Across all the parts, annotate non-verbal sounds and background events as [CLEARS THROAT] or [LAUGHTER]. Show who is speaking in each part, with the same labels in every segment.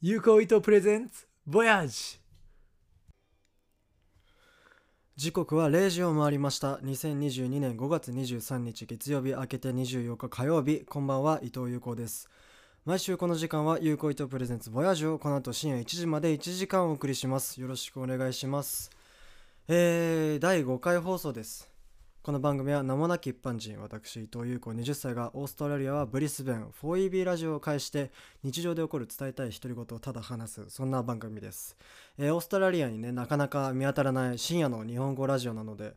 Speaker 1: 有効糸プレゼンツボヤージ
Speaker 2: 時刻は0時を回りました2022年5月23日月曜日明けて24日火曜日こんばんは伊藤優子です毎週この時間は有効糸プレゼンツボヤージュをこの後深夜1時まで1時間お送りしますよろしくお願いしますえー、第5回放送ですこの番組は名もなき一般人私伊藤優子20歳がオーストラリアはブリスベン 4EB ラジオを介して日常で起こる伝えたい独り言をただ話すそんな番組ですえーオーストラリアにねなかなか見当たらない深夜の日本語ラジオなので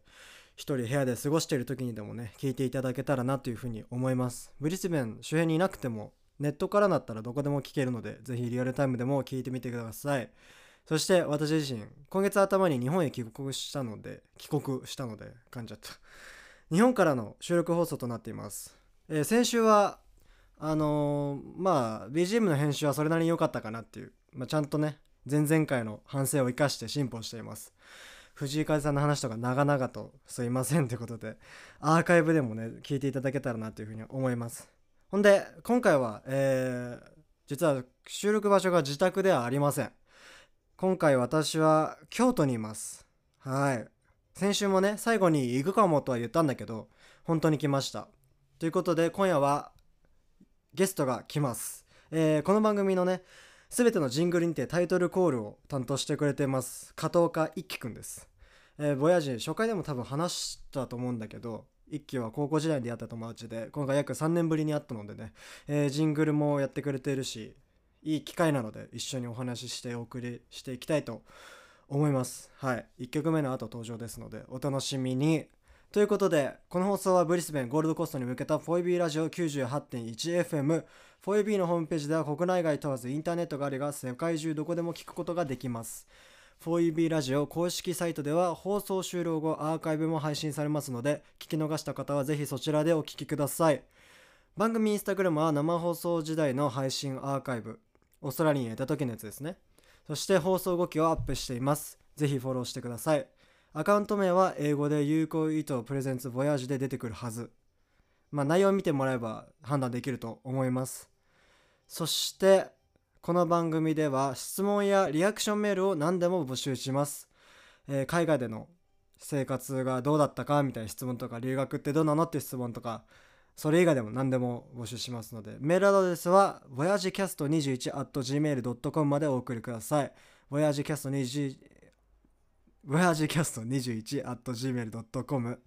Speaker 2: 一人部屋で過ごしている時にでもね聞いていただけたらなというふうに思いますブリスベン周辺にいなくてもネットからだったらどこでも聞けるのでぜひリアルタイムでも聞いてみてくださいそして私自身今月頭に日本へ帰国したので帰国したので噛んじゃった日本からの収録放送となっています、えー先週はあのーまあ BGM の編集はそれなりに良かったかなっていう、まあ、ちゃんとね前々回の反省を生かして進歩しています藤井風さんの話とか長々とすいませんということでアーカイブでもね聞いていただけたらなというふうに思いますほんで今回はえー実は収録場所が自宅ではありません今回私は京都にいますはい先週もね最後に行くかもとは言ったんだけど本当に来ましたということで今夜はゲストが来ます、えーこの番組のねすべてのジングルにてタイトルコールを担当してくれてます加藤家一輝くんです、えー、ボヤージ初回でも多分話したと思うんだけど一輝は高校時代に出会った友達で今回約3年ぶりに会ったのでね、えージングルもやってくれてるしいい機会なので一緒にお話ししてお送りしていきたいと思いますはい1曲目の後登場ですのでお楽しみにということでこの放送はブリスベンゴールドコーストに向けた 4EB ラジオ 98.1FM 4EB のホームページでは国内外問わずインターネットがあれば世界中どこでも聞くことができます 4EB ラジオ公式サイトでは放送終了後アーカイブも配信されますので聞き逃した方はぜひそちらでお聞きください番組インスタグラムは生放送時代の配信アーカイブオーストラリアにいた時のやつですねそして放送後期をアップしていますぜひフォローしてくださいアカウント名は英語で有効意図プレゼンツボヤージュで出てくるはず。まあ内容を見てもらえば判断できると思います。そして、この番組では質問やリアクションメールを何でも募集します。えー海外での生活がどうだったかみたいな質問とか、留学ってどうなのって質問とか、それ以外でも何でも募集しますので、メールアドレスは voyagecast21.gmail.com までお送りください。voyagecast21 voyagecast21.gmail.com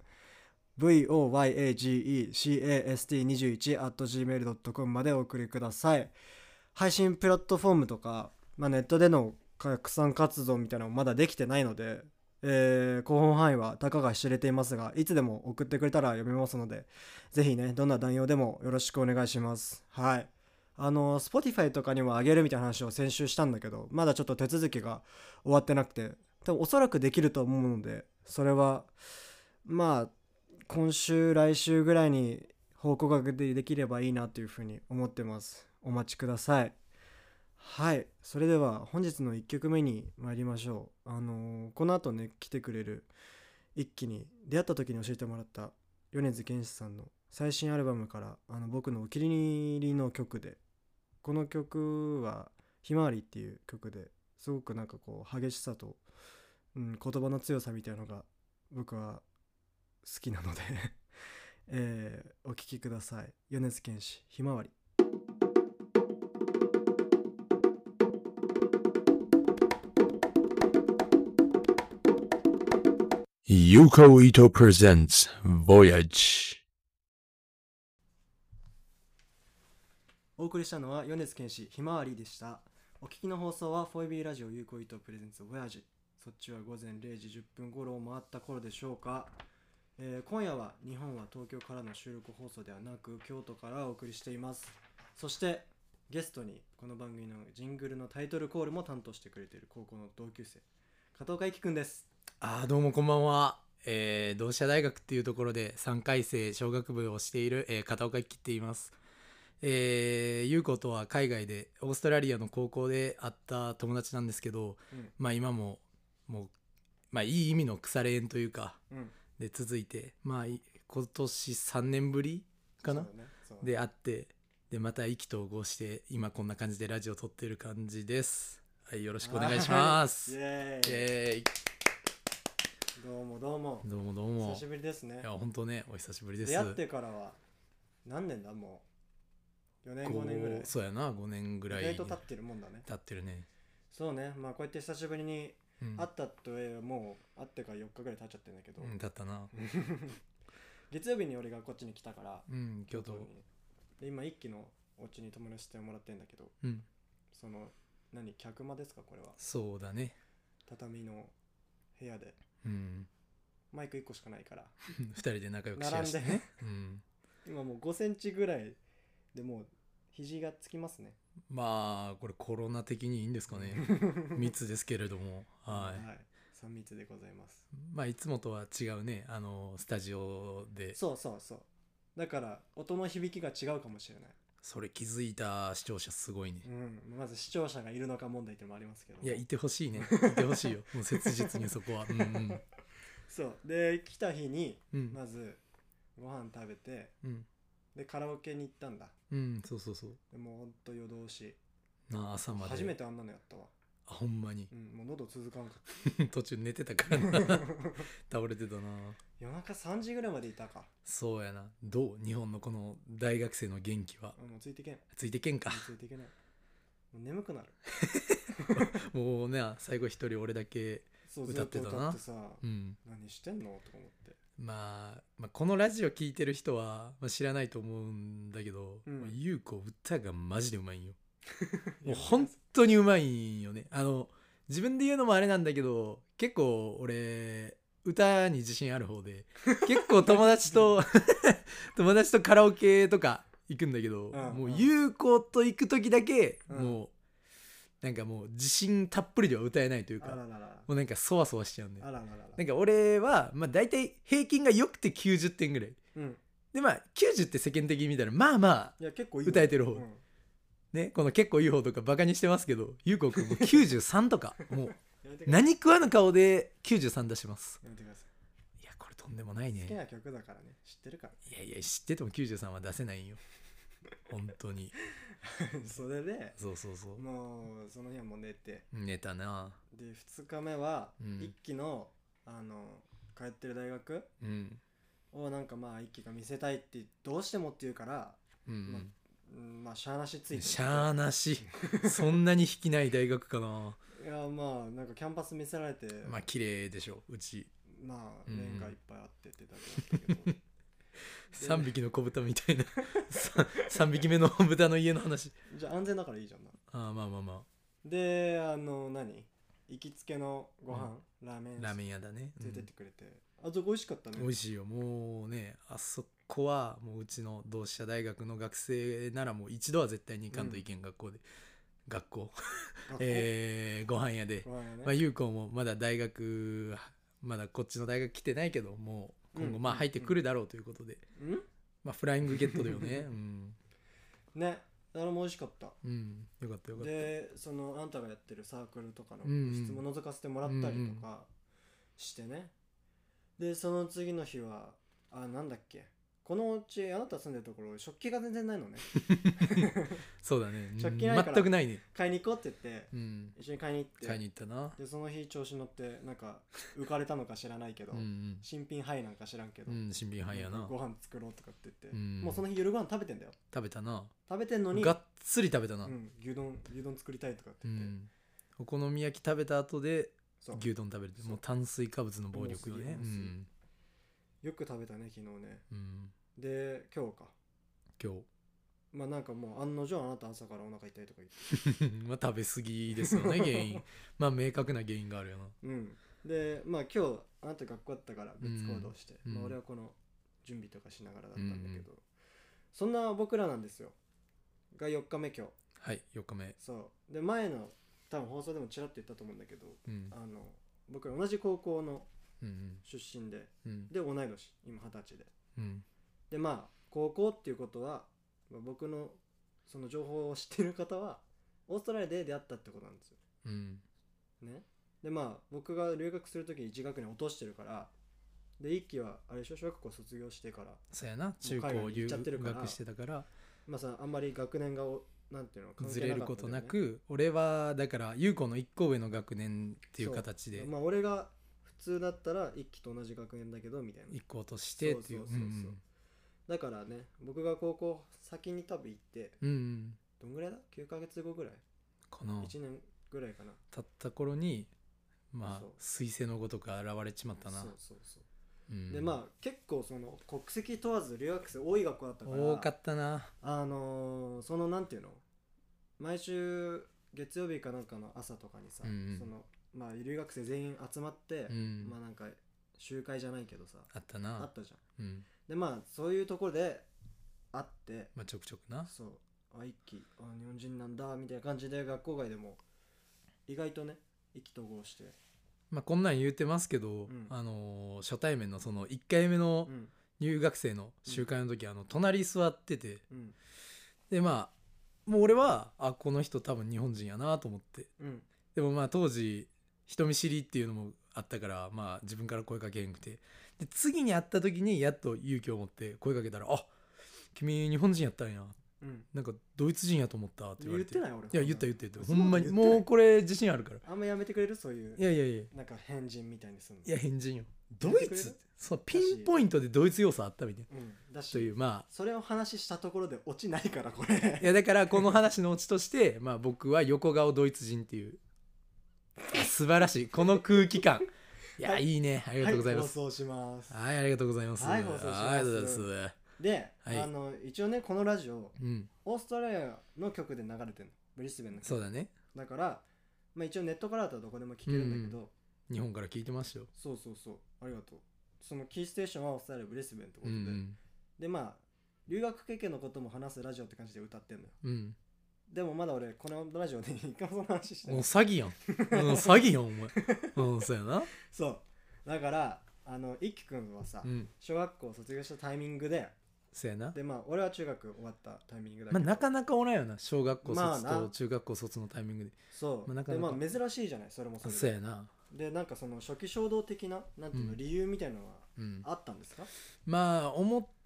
Speaker 2: voyagecast21.gmail.com までお送りください。配信プラットフォームとか、まあ、ネットでの拡散活動みたいなのもまだできてないので、えー広報範囲はたかが知れていますが、いつでも送ってくれたら読みますので、ぜひね、どんな内容でもよろしくお願いします。はい。あの、Spotify とかにもあげるみたいな話を先週したんだけど、まだちょっと手続きが終わってなくて、多分おそらくできると思うので、それは、まあ、今週、来週ぐらいに報告がでできればいいなというふうに思ってます。お待ちください。はい。それでは本日の1曲目に参りましょう。あのーこの後ね、来てくれる一気に出会った時に教えてもらった米津玄師さんの最新アルバムからあの僕のお気に入りの曲でこの曲は「ひまわり」っていう曲ですごくなんかこう激しさと、うん、言葉の強さみたいのが僕は好きなので、 [LAUGHS] えーお聴きください米津玄師「ひまわり」
Speaker 3: Yuko Ito presents Voyage.
Speaker 2: お送りしたのは米津玄師ひまわりでしたお聞きの放送は 4B ラジオ有効糸プレゼンツボヤジそっちは午前0時10分頃を回った頃でしょうか、えー今夜は日本は東京からの収録放送ではなく京都からお送りしていますそしてゲストにこの番組のジングルのタイトルコールも担当してくれている高校の同級生加藤海輝くんです
Speaker 4: あーどうもこんばんは、えー同志社大学っていうところで3回生小学部をしている、えー片岡一輝って言いますえー、優子とは海外でオーストラリアの高校で会った友達なんですけど、
Speaker 2: うん
Speaker 4: まあ今ももう、まあ、いい意味の腐れ縁というか
Speaker 2: うん
Speaker 4: で続いてまあい今年3年ぶりかな、
Speaker 2: そうだねそうだね
Speaker 4: で会ってでまた意気投合して今こんな感じでラジオ撮ってる感じですはいよろしくお願いします、
Speaker 2: イエーイ
Speaker 4: え
Speaker 2: どうもどうも
Speaker 4: どうもどう
Speaker 2: 久
Speaker 4: も
Speaker 2: しぶりですね
Speaker 4: いや本当ねお久しぶりです
Speaker 2: 出会ってからは何年だもう4年5年ぐらい
Speaker 4: こうそうやな5年ぐらい
Speaker 2: 意外と経
Speaker 4: 経
Speaker 2: ってるもんだね
Speaker 4: ってるね、
Speaker 2: そうねまあこうやって久しぶりに
Speaker 4: うん、
Speaker 2: 会ったとえもう会ってから4日ぐらい経っちゃってるんだけど、
Speaker 4: うん経ったな
Speaker 2: 月曜日に俺がこっちに来たから
Speaker 4: うん京都
Speaker 2: にで今一期のお家に友達してもらってんだけど
Speaker 4: うん
Speaker 2: その何客間ですかこれは
Speaker 4: そうだね
Speaker 2: 畳の部屋で
Speaker 4: うん [LAUGHS]
Speaker 2: マイク1個しかないから
Speaker 4: 2人で仲良くシェア
Speaker 2: 並ん
Speaker 4: し
Speaker 2: で
Speaker 4: てね、うん、
Speaker 2: [LAUGHS] 今もう5センチぐらいでもう肘がつきますね
Speaker 4: まあこれコロナ的にいいんですかね
Speaker 2: [LAUGHS]
Speaker 4: 密ですけれどもはい
Speaker 2: はい、3密でございます
Speaker 4: まあいつもとは違うねあのスタジオで
Speaker 2: そうそうそうだから音の響きが違うかもしれない、
Speaker 4: それ気づいた視聴者すごいね
Speaker 2: うん、まず視聴者がいるのか問題っていうのもありますけど
Speaker 4: いやいてほしい
Speaker 2: [LAUGHS]
Speaker 4: ねいてほしいよもう切実にそこはうんうん
Speaker 2: そうで来た日に
Speaker 4: うん
Speaker 2: まずご飯食べて
Speaker 4: うん、
Speaker 2: でカラオケに行ったんだ
Speaker 4: うん、そうそうそう
Speaker 2: でもうほんと夜通し
Speaker 4: なあ朝まで
Speaker 2: 初めてあんなのやったわ、
Speaker 4: あほんまに
Speaker 2: うん、もう喉続かんか
Speaker 4: [LAUGHS]
Speaker 2: っ
Speaker 4: 途中寝て
Speaker 2: [LAUGHS]
Speaker 4: たからな
Speaker 2: た
Speaker 4: 倒れてたな
Speaker 2: 夜中3時ぐらいまでいたか
Speaker 4: そうやなどう日本のこの大学生の元気は
Speaker 2: あもうついてけん
Speaker 4: ついてけんか
Speaker 2: もうついていけないもう眠くなる
Speaker 4: もうね最後一人俺だけ
Speaker 2: そう
Speaker 4: 歌ってた
Speaker 2: ず
Speaker 4: な
Speaker 2: と歌ってさ、
Speaker 4: うん
Speaker 2: 何してんのとか思って
Speaker 4: まあ、まあこのラジオ聞いてる人は、まあ、知らないと思うんだけど、
Speaker 2: うん
Speaker 4: まあゆうこ歌がマジでうまいんよも
Speaker 2: [LAUGHS]
Speaker 4: う
Speaker 2: いや
Speaker 4: 本当にうまいんよねあの自分で言うのもあれなんだけど結構俺歌に自信ある方で結構友達
Speaker 2: [LAUGHS]
Speaker 4: と [LAUGHS] 友達とカラオケとか行くんだけど、
Speaker 2: ん
Speaker 4: もう
Speaker 2: うん
Speaker 4: ゆうこと行く時だけ、
Speaker 2: うん
Speaker 4: もうなんかもう自信たっぷりでは歌えないという
Speaker 2: あ
Speaker 4: から
Speaker 2: ら
Speaker 4: も
Speaker 2: らら
Speaker 4: うなんかそわそわしちゃうんだよ
Speaker 2: あらららら
Speaker 4: なんか俺は、まあ、大体平均が良くて90点ぐらい
Speaker 2: うん
Speaker 4: でまあ90って世間的に見たらまあまあ
Speaker 2: いや結構いい
Speaker 4: 歌えてる方
Speaker 2: うん
Speaker 4: ねこの結構いい方とかバカにしてますけどゆうこくんも93と
Speaker 2: [LAUGHS]
Speaker 4: か
Speaker 2: や
Speaker 4: もう
Speaker 2: めてください
Speaker 4: 何食わぬ顔で93出します
Speaker 2: やめてください
Speaker 4: いやこれとんでもない
Speaker 2: 好き
Speaker 4: ね
Speaker 2: な曲だからね知ってるから
Speaker 4: いやいや知ってても93は出せないよ本当に
Speaker 2: それで
Speaker 4: そうそうそう
Speaker 2: もうその日はもう寝て
Speaker 4: 寝たな
Speaker 2: で2日目は
Speaker 4: うん
Speaker 2: 一期の、あの通ってる大学
Speaker 4: うん
Speaker 2: をなんかまあ一期が見せたいってどうしてもって言うから、
Speaker 4: うんうん、
Speaker 2: うん、まあしゃーなしついて
Speaker 4: しゃあなしそんなに引きない大学かない
Speaker 2: やまあなんかキャンパス見せられて
Speaker 4: まあ綺麗でしょうち
Speaker 2: まあ
Speaker 4: うん
Speaker 2: レンガいっぱいあってってだけだったけ
Speaker 4: [LAUGHS]
Speaker 2: ど
Speaker 4: 3匹の子豚み [LAUGHS] たいな3匹目の豚の家の話
Speaker 2: じゃあ安全だからいいじゃんな
Speaker 4: ああまあまあま
Speaker 2: であの何行きつけのご飯、ラーメ
Speaker 4: あ
Speaker 2: ン
Speaker 4: ラーメ
Speaker 2: ン
Speaker 4: ン屋だね、うん
Speaker 2: 連れてってくれて、あそこ美味しかったね
Speaker 4: 美味しいよもうねあそこはもううちの同志社大学の学生ならもう一度は絶対に行かんといけん、学校で学校
Speaker 2: 学校
Speaker 4: えー、ご飯屋で、
Speaker 2: ご飯やね、
Speaker 4: まあ優子もまだ大学まだこっちの大学来てないけどもう今後
Speaker 2: うん
Speaker 4: まあ入ってくるだろうということで、まあフライングゲットだよ [LAUGHS] ねうん、
Speaker 2: うんねあれも美味しかった
Speaker 4: うん、よかったよかった
Speaker 2: でそのあんたがやってるサークルとかの
Speaker 4: うんうん
Speaker 2: 部室も覗かせてもらったりとかしてね、でその次の日はあなんだっけこのうちあなた住んでるところ食器が全然ない
Speaker 4: [LAUGHS]
Speaker 2: のね
Speaker 4: そうだねうん
Speaker 2: 食器ないから
Speaker 4: 全くないね
Speaker 2: 買いに行こうって言って
Speaker 4: うん
Speaker 2: 一緒に買いに行って
Speaker 4: 買いに行ったな
Speaker 2: でその日調子乗ってなんか浮かれたのか知らないけど、
Speaker 4: うんうん
Speaker 2: 新品ハイなんか知らんけど、
Speaker 4: うん新品派や
Speaker 2: なん
Speaker 4: な
Speaker 2: かご飯作ろうとかって言って、
Speaker 4: うん
Speaker 2: もうその日夜ご飯食べてんだよ
Speaker 4: 食べたな
Speaker 2: 食べてんのに
Speaker 4: がっつり食べたな
Speaker 2: う
Speaker 4: うん、
Speaker 2: ん、牛丼牛丼作りたいとかって言って、
Speaker 4: お好み焼き食べた後で
Speaker 2: そう
Speaker 4: 牛丼食べるって
Speaker 2: そう
Speaker 4: もう炭水化物の暴力よね
Speaker 2: も
Speaker 4: う
Speaker 2: うすげえもうす
Speaker 4: ん、
Speaker 2: よく食べたね昨日ね
Speaker 4: うん、
Speaker 2: で今日か
Speaker 4: 今
Speaker 2: まあなんかもう案の定あなた朝からお腹痛いとか言って
Speaker 4: 日 [LAUGHS] まあ食べ過ぎです
Speaker 2: [LAUGHS]
Speaker 4: よね原因まあ明確な原因があるよな
Speaker 2: うんでまあ今日あなた学校あったから別行動して、
Speaker 4: うん
Speaker 2: まあ、俺はこの準備とかしながらだったんだけど、そんな僕らなんですよが4日目今日
Speaker 4: はい4日目
Speaker 2: そうで前の多分放送でもちらっと言ったと思うんだけど
Speaker 4: うん
Speaker 2: あの僕ら同じ高校の
Speaker 4: うん
Speaker 2: 出身で
Speaker 4: うん
Speaker 2: で同い年今二十歳で
Speaker 4: うん
Speaker 2: でまあ高校っていうことは、まあ僕のその情報を知ってる方はオーストラリアで出会ったってことなんですよ
Speaker 4: うん
Speaker 2: ねでまあ僕が留学する時1学年落としてるからで一期はあれでしょ小学校卒業してから
Speaker 4: そうやな中
Speaker 2: もう海外
Speaker 4: 高
Speaker 2: に行
Speaker 4: 留
Speaker 2: っちゃってるから
Speaker 4: 学してたから
Speaker 2: まあさあんまり学年がおなんていうの関係
Speaker 4: ずれ
Speaker 2: な
Speaker 4: る
Speaker 2: かった
Speaker 4: こ
Speaker 2: んだ
Speaker 4: と
Speaker 2: よね
Speaker 4: なく俺はだから優子の1個上の学年っていう形で
Speaker 2: まあ俺が普通だったら一期と同じ学年だけどみたいな
Speaker 4: 1個落としてっていう
Speaker 2: そうそうそうそうだからね僕が高校先に多分行って
Speaker 4: うんうんうん
Speaker 2: どんぐらいだ ?9 ヶ月後ぐらい
Speaker 4: この
Speaker 2: ?1 年ぐらいかな
Speaker 4: 経った頃にまあ
Speaker 2: そう
Speaker 4: 彗星のごとく現れちまったな
Speaker 2: そうそうそう、
Speaker 4: うん
Speaker 2: でまあ結構その国籍問わず留学生多い学校だったから
Speaker 4: 多かったな
Speaker 2: あのーそのなんていうの毎週月曜日かなんかの朝とかにさ、
Speaker 4: うんうん
Speaker 2: そのまあ留学生全員集まって、
Speaker 4: うん
Speaker 2: まあなんか集会じゃないけどさ
Speaker 4: あった
Speaker 2: あ
Speaker 4: な
Speaker 2: ったじゃん
Speaker 4: うん
Speaker 2: でまあそういうところで会って
Speaker 4: まあちょくちょくな
Speaker 2: そうあ一期あ日本人なんだみたいな感じで学校外でも意外とね意気投合して、
Speaker 4: まあこんなん言うてますけど
Speaker 2: うん
Speaker 4: あのー初対面のその1回目の
Speaker 2: うん
Speaker 4: 入学生の集会の時あの隣座ってて
Speaker 2: うん
Speaker 4: でまあもう俺はあこの人多分日本人やなと思って
Speaker 2: うん
Speaker 4: でもまあ当時人見知りっていうのもあったからまあ自分から声かけへんくてで次に会った時にやっと勇気を持って声かけたら「あ君日本人やったんや
Speaker 2: うん
Speaker 4: なんかドイツ人やと思った」って言
Speaker 2: 言っ
Speaker 4: われて
Speaker 2: てない俺
Speaker 4: いや言った言った言った
Speaker 2: 嘘
Speaker 4: ほんまに
Speaker 2: 言ってない
Speaker 4: もうこれ自信あるからい
Speaker 2: あんまやめてくれるそういう
Speaker 4: やいやいや
Speaker 2: なんか変人みたいにすんの
Speaker 4: いや変人よ
Speaker 2: や
Speaker 4: ド
Speaker 2: めて
Speaker 4: イ
Speaker 2: くれる
Speaker 4: ツってそうピンポイントでドイツ要素あったみたいな
Speaker 2: うんだし
Speaker 4: というまあ
Speaker 2: それを話したところで落ちないからこれ
Speaker 4: いやだからこの話のオチとしてまあ僕は横顔ドイツ人っていう素晴らしいこの空気感いや、、
Speaker 2: はい
Speaker 4: いねありがとうございます
Speaker 2: はい、放送します
Speaker 4: はい、ありがとうございます。
Speaker 2: はい放送します
Speaker 4: ありがとうございます。
Speaker 2: で、
Speaker 4: はい
Speaker 2: あの一応ねこのラジオ
Speaker 4: うん、
Speaker 2: オーストラリアの曲で流れてるのブリスベンの曲
Speaker 4: そうだね。
Speaker 2: だから、まあ、一応ネットからだったらどこでも聴けるんだけど、
Speaker 4: 日本から聞いてましたよ。
Speaker 2: そうそうそうありがとうそのキーステーションはオーストラリアブリスベンってこ
Speaker 4: う
Speaker 2: とで、
Speaker 4: ん、
Speaker 2: でまあ留学経験のことも話すラジオって感じで歌ってんのよ
Speaker 4: うん、
Speaker 2: でもまだ俺このラジオで [LAUGHS] 一回もその話して
Speaker 4: うん。お
Speaker 2: ない
Speaker 4: 詐欺やん。うん詐欺やん、お前。うん、そうやな。
Speaker 2: そうだからあの一輝くんはさ、
Speaker 4: うん、
Speaker 2: 小学校卒業したタイミングで
Speaker 4: そうやな。
Speaker 2: でまあ俺は中学終わったタイミングだけ
Speaker 4: まあ、
Speaker 2: ど、
Speaker 4: なかなかおらんよな。小学校
Speaker 2: まあ
Speaker 4: 卒
Speaker 2: な
Speaker 4: と中学校卒のタイミングで。
Speaker 2: そう、
Speaker 4: まあなかなか
Speaker 2: でまあ珍しいじゃないそれもそれで
Speaker 4: そうやな。
Speaker 2: でなんかその初期衝動的ななんていうの、
Speaker 4: うん
Speaker 2: 理由みたいなのは
Speaker 4: うん。
Speaker 2: あったんですか
Speaker 4: まあ、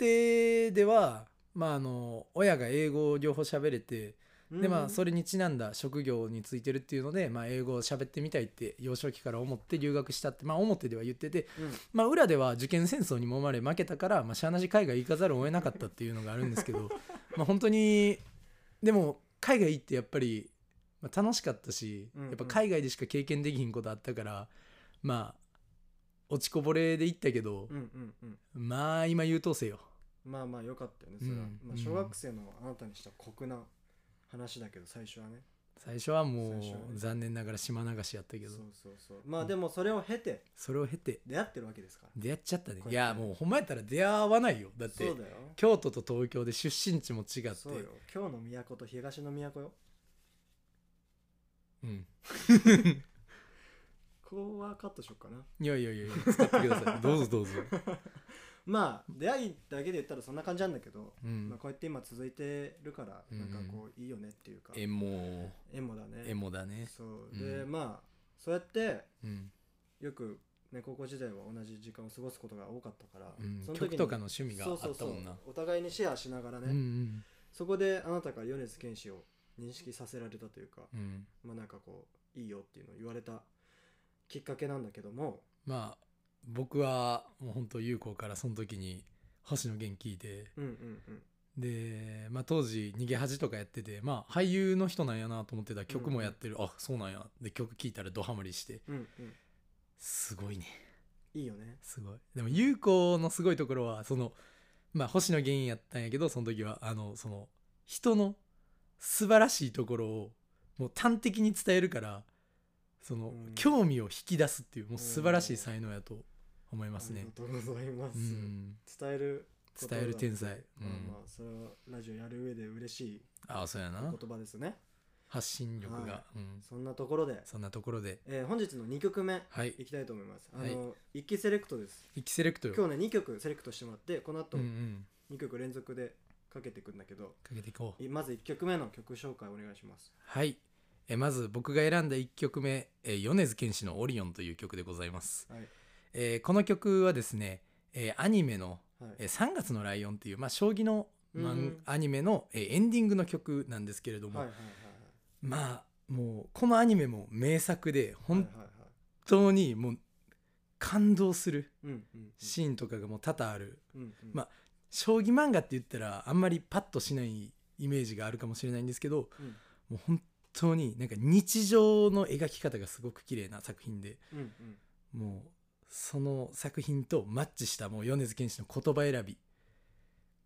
Speaker 4: 表では、まあ、あの、親が英語を両方喋れて、でまあそ
Speaker 2: れ
Speaker 4: れにちなんだ職業についてるっていうので、まあ、英語を喋ってみたいって幼少期から思って留学したってまあ表では言ってて、
Speaker 2: うん
Speaker 4: まあ裏では受験戦争にもまれ負けたから、まあ、しゃあなし海外行かざるを得なかったっていうのがあるんです
Speaker 2: [LAUGHS]
Speaker 4: けどまあ本当にでも海外行ってやっぱり、まあ、楽しかったし、
Speaker 2: うんうん
Speaker 4: やっぱ海外でしか経験できひんことあったからまあ落ちこぼれで行ったけど
Speaker 2: う、んうんうん
Speaker 4: まあ今優等生よ
Speaker 2: まあまあよかったよねそれは、
Speaker 4: うん
Speaker 2: まあ、小学生のあなたにした酷な話だけど最初はね
Speaker 4: 最初はもう
Speaker 2: 最初はね
Speaker 4: 残念ながら島流しやったけ
Speaker 2: そう
Speaker 4: ど
Speaker 2: そうそうまあでもそれを経て
Speaker 4: それを経て
Speaker 2: 出会ってるわけですから
Speaker 4: 出会っちゃったね
Speaker 2: こう
Speaker 4: い
Speaker 2: やっ
Speaker 4: や
Speaker 2: て
Speaker 4: もうほんまやったら出会わないよだって
Speaker 2: そうだよ
Speaker 4: 京都と東京で出身地も違って
Speaker 2: そうよ今日の都と東の都よ
Speaker 4: うん、
Speaker 2: ここはカットしよっかない
Speaker 4: やいやいやいや使ってくだ
Speaker 2: [LAUGHS]
Speaker 4: さいどうぞどうぞ、
Speaker 2: まあ出会いだけで言ったらそんな感じなんだけど、
Speaker 4: うん
Speaker 2: まあ、こうやって今続いてるから
Speaker 4: うん
Speaker 2: なんかこういいよねっていうか、
Speaker 4: エモ
Speaker 2: エモだね
Speaker 4: エモだね
Speaker 2: そう
Speaker 4: うん
Speaker 2: で、まあそうやって
Speaker 4: うん、
Speaker 2: よく、ね、高校時代は同じ時間を過ごすことが多かったから、
Speaker 4: うん
Speaker 2: そ、の時に
Speaker 4: 曲とかの趣味が
Speaker 2: そ
Speaker 4: あ
Speaker 2: う
Speaker 4: った
Speaker 2: そ
Speaker 4: もんな
Speaker 2: うそうお互いにシェアしながらね、
Speaker 4: うんうん
Speaker 2: そこであなたから米津玄師を認識させられたというか、
Speaker 4: うん
Speaker 2: まあなんかこういいよっていうのを言われたきっかけなんだけども
Speaker 4: まあ僕はもう本当優子からその時に星野源聞いて
Speaker 2: うんうんうん
Speaker 4: で、まあ、当時逃げ恥とかやってて、まあ、俳優の人なんやなと思ってた曲もやってる、あそうなんやで曲聴いたらドハマりして
Speaker 2: うんうん
Speaker 4: すごいね
Speaker 2: いいよね
Speaker 4: すごいでも優子のすごいところはそのまあ星野源やったんやけどその時はあのその人の素晴らしいところをもう端的に伝えるからその、
Speaker 2: うん
Speaker 4: 興味を引き出すっていうもう素晴らしい才能やと思います
Speaker 2: あ
Speaker 4: ね
Speaker 2: りが、とうございます、
Speaker 4: うん、
Speaker 2: 伝えることだ
Speaker 4: 伝える天才、うん
Speaker 2: まあまあそれはラジオやる上で嬉しい
Speaker 4: ああそうやな
Speaker 2: 言葉ですね
Speaker 4: 発信力が、
Speaker 2: は
Speaker 4: うん、
Speaker 2: そんなところで、
Speaker 4: そんなところで
Speaker 2: えー本日の2曲目
Speaker 4: はい
Speaker 2: いきたいと思いますあ
Speaker 4: はい
Speaker 2: の、一期セレクトです
Speaker 4: 「一期セレクトよ」
Speaker 2: 今日ね2曲セレクトしてもらってこの後
Speaker 4: うんうん、
Speaker 2: 2曲連続でかけていくんだけど、
Speaker 4: かけていこう
Speaker 2: いまず1曲目の曲紹介お願いします
Speaker 4: はいえまず僕が選んだ1曲目え米津玄師の「オリオン」という曲でございます、
Speaker 2: はい
Speaker 4: えーこの曲はですね、えーアニメの
Speaker 2: はい
Speaker 4: 「えー3月のライオン」っていう、まあ、将棋の
Speaker 2: うん
Speaker 4: 漫アニメの、えーエンディングの曲なんですけれども、
Speaker 2: はいはいはい
Speaker 4: まあもうこのアニメも名作で
Speaker 2: はい
Speaker 4: 本当にもう感動する
Speaker 2: うんうんうん
Speaker 4: シーンとかがもう多々ある
Speaker 2: うんうん
Speaker 4: まあ将棋漫画って言ったらあんまりパッとしないイメージがあるかもしれないんですけど
Speaker 2: うん
Speaker 4: もう本当になんか日常の描き方がすごく綺麗な作品で
Speaker 2: うんうん
Speaker 4: もうその作品とマッチしたもう米津玄師の言葉選び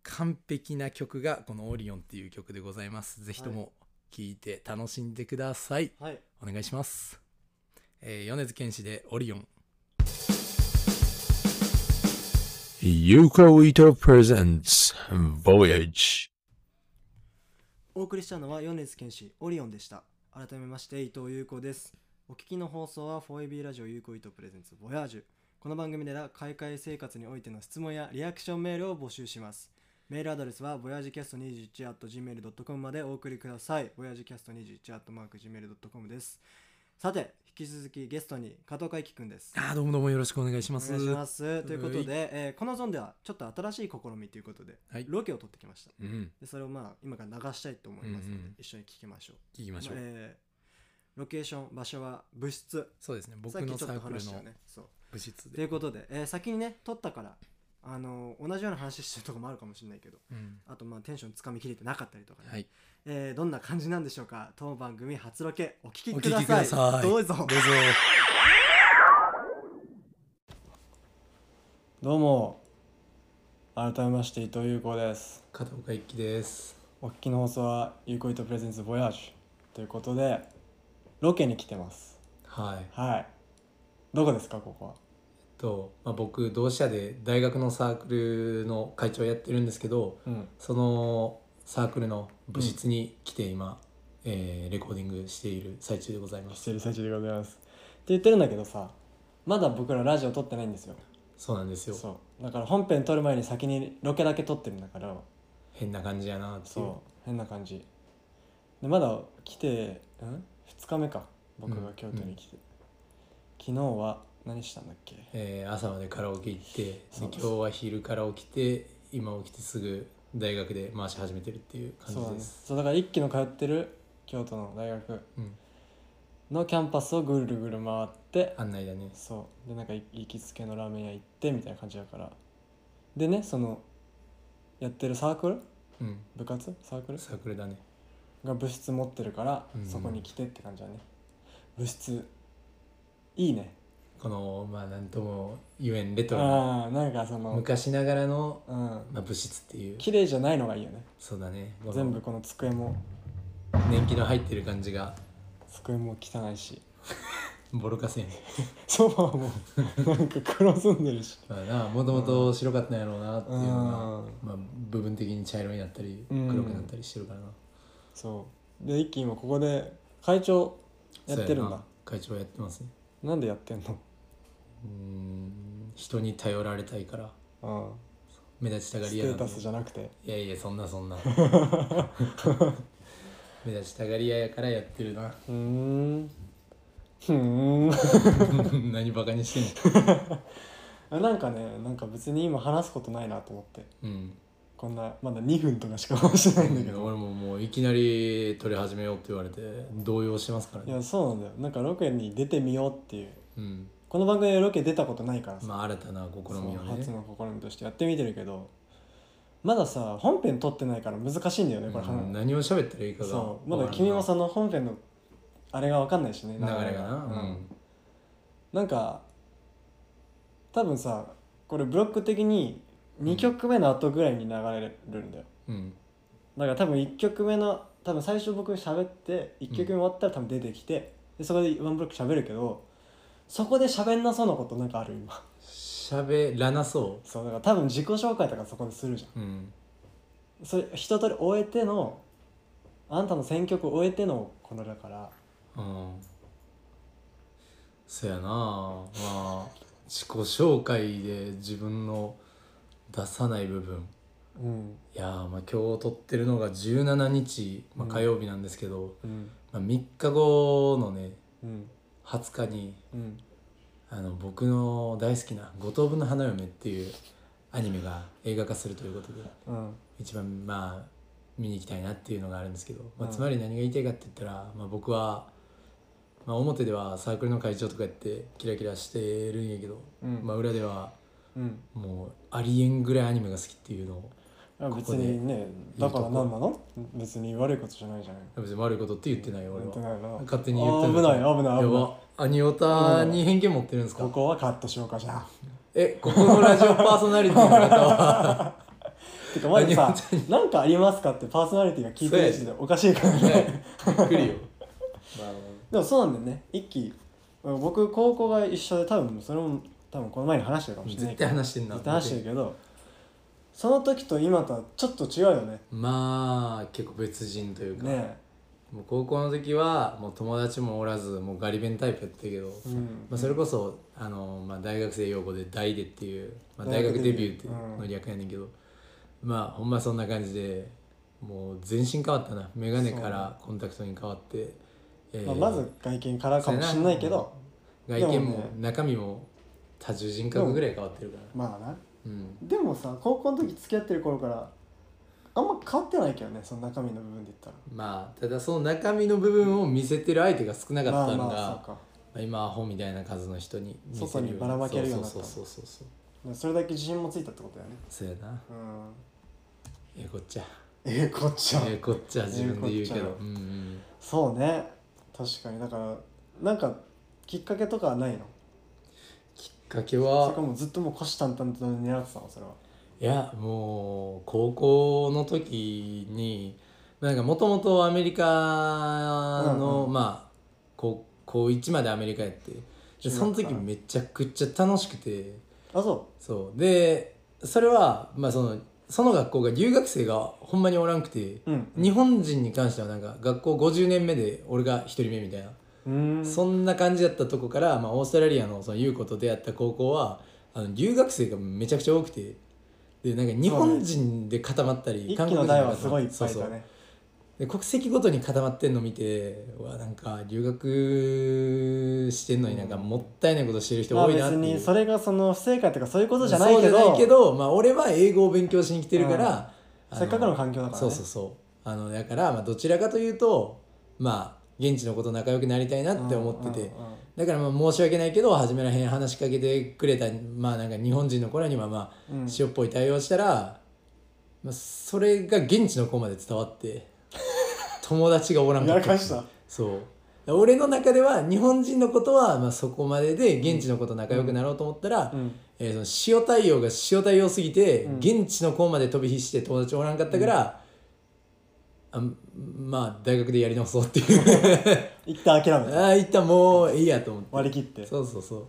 Speaker 4: 完璧な曲がこの「オリオン」っていう曲でございますぜひとも聴いて楽しんでください、
Speaker 2: はい
Speaker 4: お願いします、えー米津玄師で「オリオン
Speaker 3: Yuko Ito presents Voyage.
Speaker 2: お送りしたのは米津玄師オリオンでした改めまして伊藤優子ですお聞きの放送は 4AB ラジオ有効伊藤プレゼンツボヤージュこの番組では開会生活においての質問やリアクションメールを募集しますメールアドレスはボヤージキャスト21 at gmail.com までお送りくださいボヤージキャスト21 at mark gmail.com ですさて引き続きゲストに加藤海輝くんです」
Speaker 4: あーどうもどうもよろしくお願いしま
Speaker 2: お
Speaker 4: す
Speaker 2: 願いしますということで、えーこのゾーンではちょっと新しい試みということで、
Speaker 4: はい
Speaker 2: ロケを取ってきました
Speaker 4: うん
Speaker 2: でそれをまあ今から流したいと思いますので、
Speaker 4: うんうん
Speaker 2: 一緒に聞きましょう
Speaker 4: 聞きましょう、
Speaker 2: まあえーロケーション場所は部室
Speaker 4: そうですね
Speaker 2: さ
Speaker 4: 僕
Speaker 2: っき
Speaker 4: の
Speaker 2: ち
Speaker 4: サ
Speaker 2: ょっと
Speaker 4: ーク
Speaker 2: 話
Speaker 4: ル
Speaker 2: したよ
Speaker 4: の
Speaker 2: ねそう
Speaker 4: 部室
Speaker 2: とい
Speaker 4: で、
Speaker 2: うことで、えー先にね撮ったからあのー同じような話してるとこもあるかもしれないけど
Speaker 4: うん
Speaker 2: あとまあテンションつかみきれてなかったりとかね、
Speaker 4: はい
Speaker 2: えーどんな感じなんでしょうか当番組初ロケお聞き
Speaker 4: お聞
Speaker 2: くだ
Speaker 4: きく
Speaker 2: さい
Speaker 4: ださい
Speaker 2: どうぞ
Speaker 4: どうぞ
Speaker 2: どうも改めまして伊藤優子です
Speaker 4: 片岡一輝です
Speaker 2: お聞きの放送は「ゆうこいとプレゼンツボヤージュ」ということでロケに来てます
Speaker 4: はい
Speaker 2: はいどこですかここは
Speaker 4: と、まあ、僕同志社で大学のサークルの会長をやってるんですけど
Speaker 2: うん
Speaker 4: そのサークルの部室に来て今、えーレコーディングしている最中でございま
Speaker 2: し
Speaker 4: す
Speaker 2: てる最中でございますって言ってるんだけどさまだ僕らラジオ撮ってないんですよ
Speaker 4: そうなんですよ
Speaker 2: そうだから本編撮る前に先にロケだけ撮ってるんだから
Speaker 4: 変な感じやなっていう
Speaker 2: そう変な感じでまだ来てん2日目か僕
Speaker 4: う
Speaker 2: が
Speaker 4: ん
Speaker 2: 京都に来て、昨日は何したんだっけ
Speaker 4: えー朝までカラオケ行ってで
Speaker 2: そう
Speaker 4: 今日は昼から起きて今起きてすぐ大学で回し始めてるっていう感
Speaker 2: そうだ
Speaker 4: じ
Speaker 2: ね
Speaker 4: です
Speaker 2: そうだから一期の通ってる京都の大学
Speaker 4: うん
Speaker 2: のキャンパスをぐるぐる回って
Speaker 4: 案内だね
Speaker 2: そうでなんかい行きつけのラーメン屋行ってみたいな感じだからでねそのやってるサークル
Speaker 4: うん
Speaker 2: 部活サークル
Speaker 4: サークルだね
Speaker 2: が部室持ってるから、
Speaker 4: うん
Speaker 2: そこに来てって感じだね部室いいね
Speaker 4: このまあなんとも言えんレトロな
Speaker 2: ああーなんかその
Speaker 4: 昔ながらの、
Speaker 2: うん
Speaker 4: まあ、部室っていう
Speaker 2: 綺麗じゃないのがいいよね
Speaker 4: そうだねこの
Speaker 2: 全部この机も
Speaker 4: 年季の入ってる感じが
Speaker 2: 机も汚いし [LAUGHS]
Speaker 4: ボロかせん
Speaker 2: ソファー
Speaker 4: [LAUGHS]
Speaker 2: もなんか黒ずんでるし
Speaker 4: まあなもともと白かったんやろうなっていうのが、
Speaker 2: うん
Speaker 4: まあ、部分的に茶色になったり
Speaker 2: うん
Speaker 4: 黒くなったりしてるからな、
Speaker 2: そうで一気に今ここで会長やってる
Speaker 4: そ
Speaker 2: んだ
Speaker 4: うやな会長やってますね
Speaker 2: なんでやってんの
Speaker 4: うーん人に頼られたいから
Speaker 2: うん
Speaker 4: 目立ちたが
Speaker 2: ス
Speaker 4: り
Speaker 2: テ
Speaker 4: 屋な
Speaker 2: ー
Speaker 4: んで
Speaker 2: タスじゃなくて
Speaker 4: いやいやそん
Speaker 2: [LAUGHS]
Speaker 4: なそんな目立ちたがり屋やからやってるな [LAUGHS]
Speaker 2: うーんふーん [LAUGHS]
Speaker 4: 何バカにしてんの
Speaker 2: あなんかねなんか別に今話すことないなと思って
Speaker 4: うん
Speaker 2: こんなまだ2分とかしか話してないんだけ
Speaker 4: 俺
Speaker 2: ど
Speaker 4: ももういきなり撮り始めようって言われて動揺してますから
Speaker 2: い
Speaker 4: ね
Speaker 2: やそうなんだよなんかロケに出てみようっていう
Speaker 4: うん
Speaker 2: この番組でロケ出たことないからさ、
Speaker 4: まあ新たな試
Speaker 2: そう
Speaker 4: みをね
Speaker 2: 初の試みとしてやってみてるけどまださ本編撮ってないから難しいんだよねこれ、
Speaker 4: うん何を喋ったらいいかが
Speaker 2: そうまだ君もその本編のあれが分かんないしね
Speaker 4: 流れがな
Speaker 2: う
Speaker 4: うんん
Speaker 2: なんか多分さこれブロック的に2曲目の後ぐらいに流れるんだよ、
Speaker 4: うん
Speaker 2: だから多分1曲目の多分最初僕喋って1曲目終わったら多分出てきて、でそこでワンブロック喋るけどそこで喋んなそうなことなんかある今
Speaker 4: 喋らなそ
Speaker 2: そうだから多分自己紹介とかそこでするじゃ
Speaker 4: ううん
Speaker 2: んそれ一通り終えてのあんたの選曲を終えてのこのだから
Speaker 4: うんそやなまあ自己紹介で自分の出さない部分
Speaker 2: うん
Speaker 4: いやーまあ今日撮ってるのが17日、まあ、
Speaker 2: うん
Speaker 4: 火曜日なんですけど、
Speaker 2: うん
Speaker 4: まあ、3日後のね
Speaker 2: うん
Speaker 4: 20日に
Speaker 2: うん
Speaker 4: あの僕の大好きな「五等分の花嫁」っていうアニメが映画化するということで
Speaker 2: うん
Speaker 4: 一番まあ見に行きたいなっていうのがあるんですけど、まあ、
Speaker 2: うん
Speaker 4: つまり何が言いたいかって言ったら、まあ、僕は、まあ、表ではサークルの会長とかやってキラキラしてるんやけど、
Speaker 2: うん
Speaker 4: まあ、裏では
Speaker 2: うん
Speaker 4: もうありえんぐらいアニメが好きっていうのを
Speaker 2: あ
Speaker 4: こ
Speaker 2: 別
Speaker 4: こで
Speaker 2: にねだから何なの別に悪いことじゃないじゃない
Speaker 4: 別に悪いことって言ってないよ俺
Speaker 2: 言って
Speaker 4: は
Speaker 2: ないな
Speaker 4: 勝手に言って
Speaker 2: あ
Speaker 4: る
Speaker 2: 危ない危ない
Speaker 4: や
Speaker 2: 危ない
Speaker 4: ばアニオタに偏見持ってるんですか
Speaker 2: ここはカットしようかじゃあ
Speaker 4: [LAUGHS] えここのラジオパーソナリティの方は
Speaker 2: てかまず
Speaker 4: [LAUGHS]
Speaker 2: さ
Speaker 4: 何を
Speaker 2: 「何かありますか?」ってパーソナリティが聞いてる時点でおかしいからね
Speaker 4: ねびっくりよ、まあ
Speaker 2: [LAUGHS] でもそうなんだよね一期僕高校が一緒で多分それも多分この前に話してるかもしれない
Speaker 4: 絶
Speaker 2: け
Speaker 4: 対
Speaker 2: ど
Speaker 4: 話してんな
Speaker 2: 絶対話してるけどその時と今とはちょっと違うよね
Speaker 4: まあ結構別人というか、
Speaker 2: ね
Speaker 4: もう高校の時はもう友達もおらずもうガリ弁タイプやったけど、
Speaker 2: えうん
Speaker 4: まあ、それこそあの、まあ、大学生用語で「大で」っていう、まあ、大学デビューっていうの略やねんけど、まあほんまそんな感じでもう全身変わったな眼鏡からコンタクトに変わって、え
Speaker 2: まあ
Speaker 4: ー
Speaker 2: まず外見からかもしれないけど
Speaker 4: 外見
Speaker 2: でも
Speaker 4: も
Speaker 2: ね
Speaker 4: 中身も多重人格ぐらい変わってるから、
Speaker 2: まあな
Speaker 4: うん、
Speaker 2: でもさ高校の時付き合ってる頃からあんま変わってないけどねその中身の部分で言ったら
Speaker 4: まあただその中身の部分を見せてる相手が少なかったのが、
Speaker 2: まあまあそうか
Speaker 4: まあ今アホみたいな数の人に見せる
Speaker 2: 外にばらまけるようになった
Speaker 4: そうそうそうそうそう
Speaker 2: でそれだけ自信もついたってことだよね
Speaker 4: そうやな
Speaker 2: うん
Speaker 4: ええこっちゃ
Speaker 2: えこっちゃ
Speaker 4: ええこっちゃ自分で言うけ
Speaker 2: ええこ
Speaker 4: ど
Speaker 2: っちゃ
Speaker 4: うんうん
Speaker 2: そうね確かにだからなんかきっかけとかはないの
Speaker 4: きっかけ
Speaker 2: それ
Speaker 4: は
Speaker 2: かもうずっともう虎視眈々と狙ってたのそれはい
Speaker 4: やもう高校の時になんかもともとアメリカ
Speaker 2: う
Speaker 4: の、
Speaker 2: んうん
Speaker 4: まあ高高1までアメリカやってで
Speaker 2: 中学
Speaker 4: その時
Speaker 2: から
Speaker 4: めちゃくちゃ楽しくて
Speaker 2: あそ
Speaker 4: そうでそれはまあそのその学校が留学生がほんまにおらんくて、
Speaker 2: ううん
Speaker 4: 日本人に関してはなんか学校50年目で俺が1人目みたいな、
Speaker 2: うーん
Speaker 4: そんな感じだったとこから、まあ、オーストラリアのその優子と出会った高校はあの留学生がめちゃくちゃ多くてでなんか日本人で固まったり、
Speaker 2: 一
Speaker 4: 韓
Speaker 2: 期
Speaker 4: 国
Speaker 2: の
Speaker 4: 人で
Speaker 2: 代
Speaker 4: 固ま
Speaker 2: はすご
Speaker 4: ったり
Speaker 2: いいっぱ
Speaker 4: そう
Speaker 2: いい
Speaker 4: そ
Speaker 2: た
Speaker 4: う
Speaker 2: ね
Speaker 4: で国籍ごとに固まってんの見てうわなんか留学してんのになんかもったいないことしてる人
Speaker 2: まあ
Speaker 4: 多いなっ
Speaker 2: 別
Speaker 4: ていう、
Speaker 2: にそれがその不正解とかそういうことじゃな
Speaker 4: そ
Speaker 2: いうけ
Speaker 4: じゃない
Speaker 2: ど
Speaker 4: けど、まあ、俺は英語を勉強しに来てるから、
Speaker 2: うん
Speaker 4: あ
Speaker 2: せっかくの環境だからね
Speaker 4: そうそうそうあのだから、まあ、どちらかというとまあ現地のこと仲良くなりたいなって思ってて、
Speaker 2: うんうんうん
Speaker 4: だからまあ申し訳ないけど初めらへん話しかけてくれたまあなんか日本人の頃にはまあ
Speaker 2: うん
Speaker 4: 塩っぽい対応したら、まあ、それが現地の子まで伝わって友達がおらん
Speaker 2: や
Speaker 4: からった
Speaker 2: かした
Speaker 4: そう俺の中では日本人のことはまあそこまでで現地の子と仲良くなろうと思ったら、
Speaker 2: うん
Speaker 4: えーその塩対応が塩対応すぎて、
Speaker 2: うん
Speaker 4: 現地の子まで飛び火して友達おらんかったから、あまあ大学でやり直そうっていう [LAUGHS]
Speaker 2: 一旦諦めた
Speaker 4: ああいったもういいやと思って
Speaker 2: 割り切って
Speaker 4: そうそうそう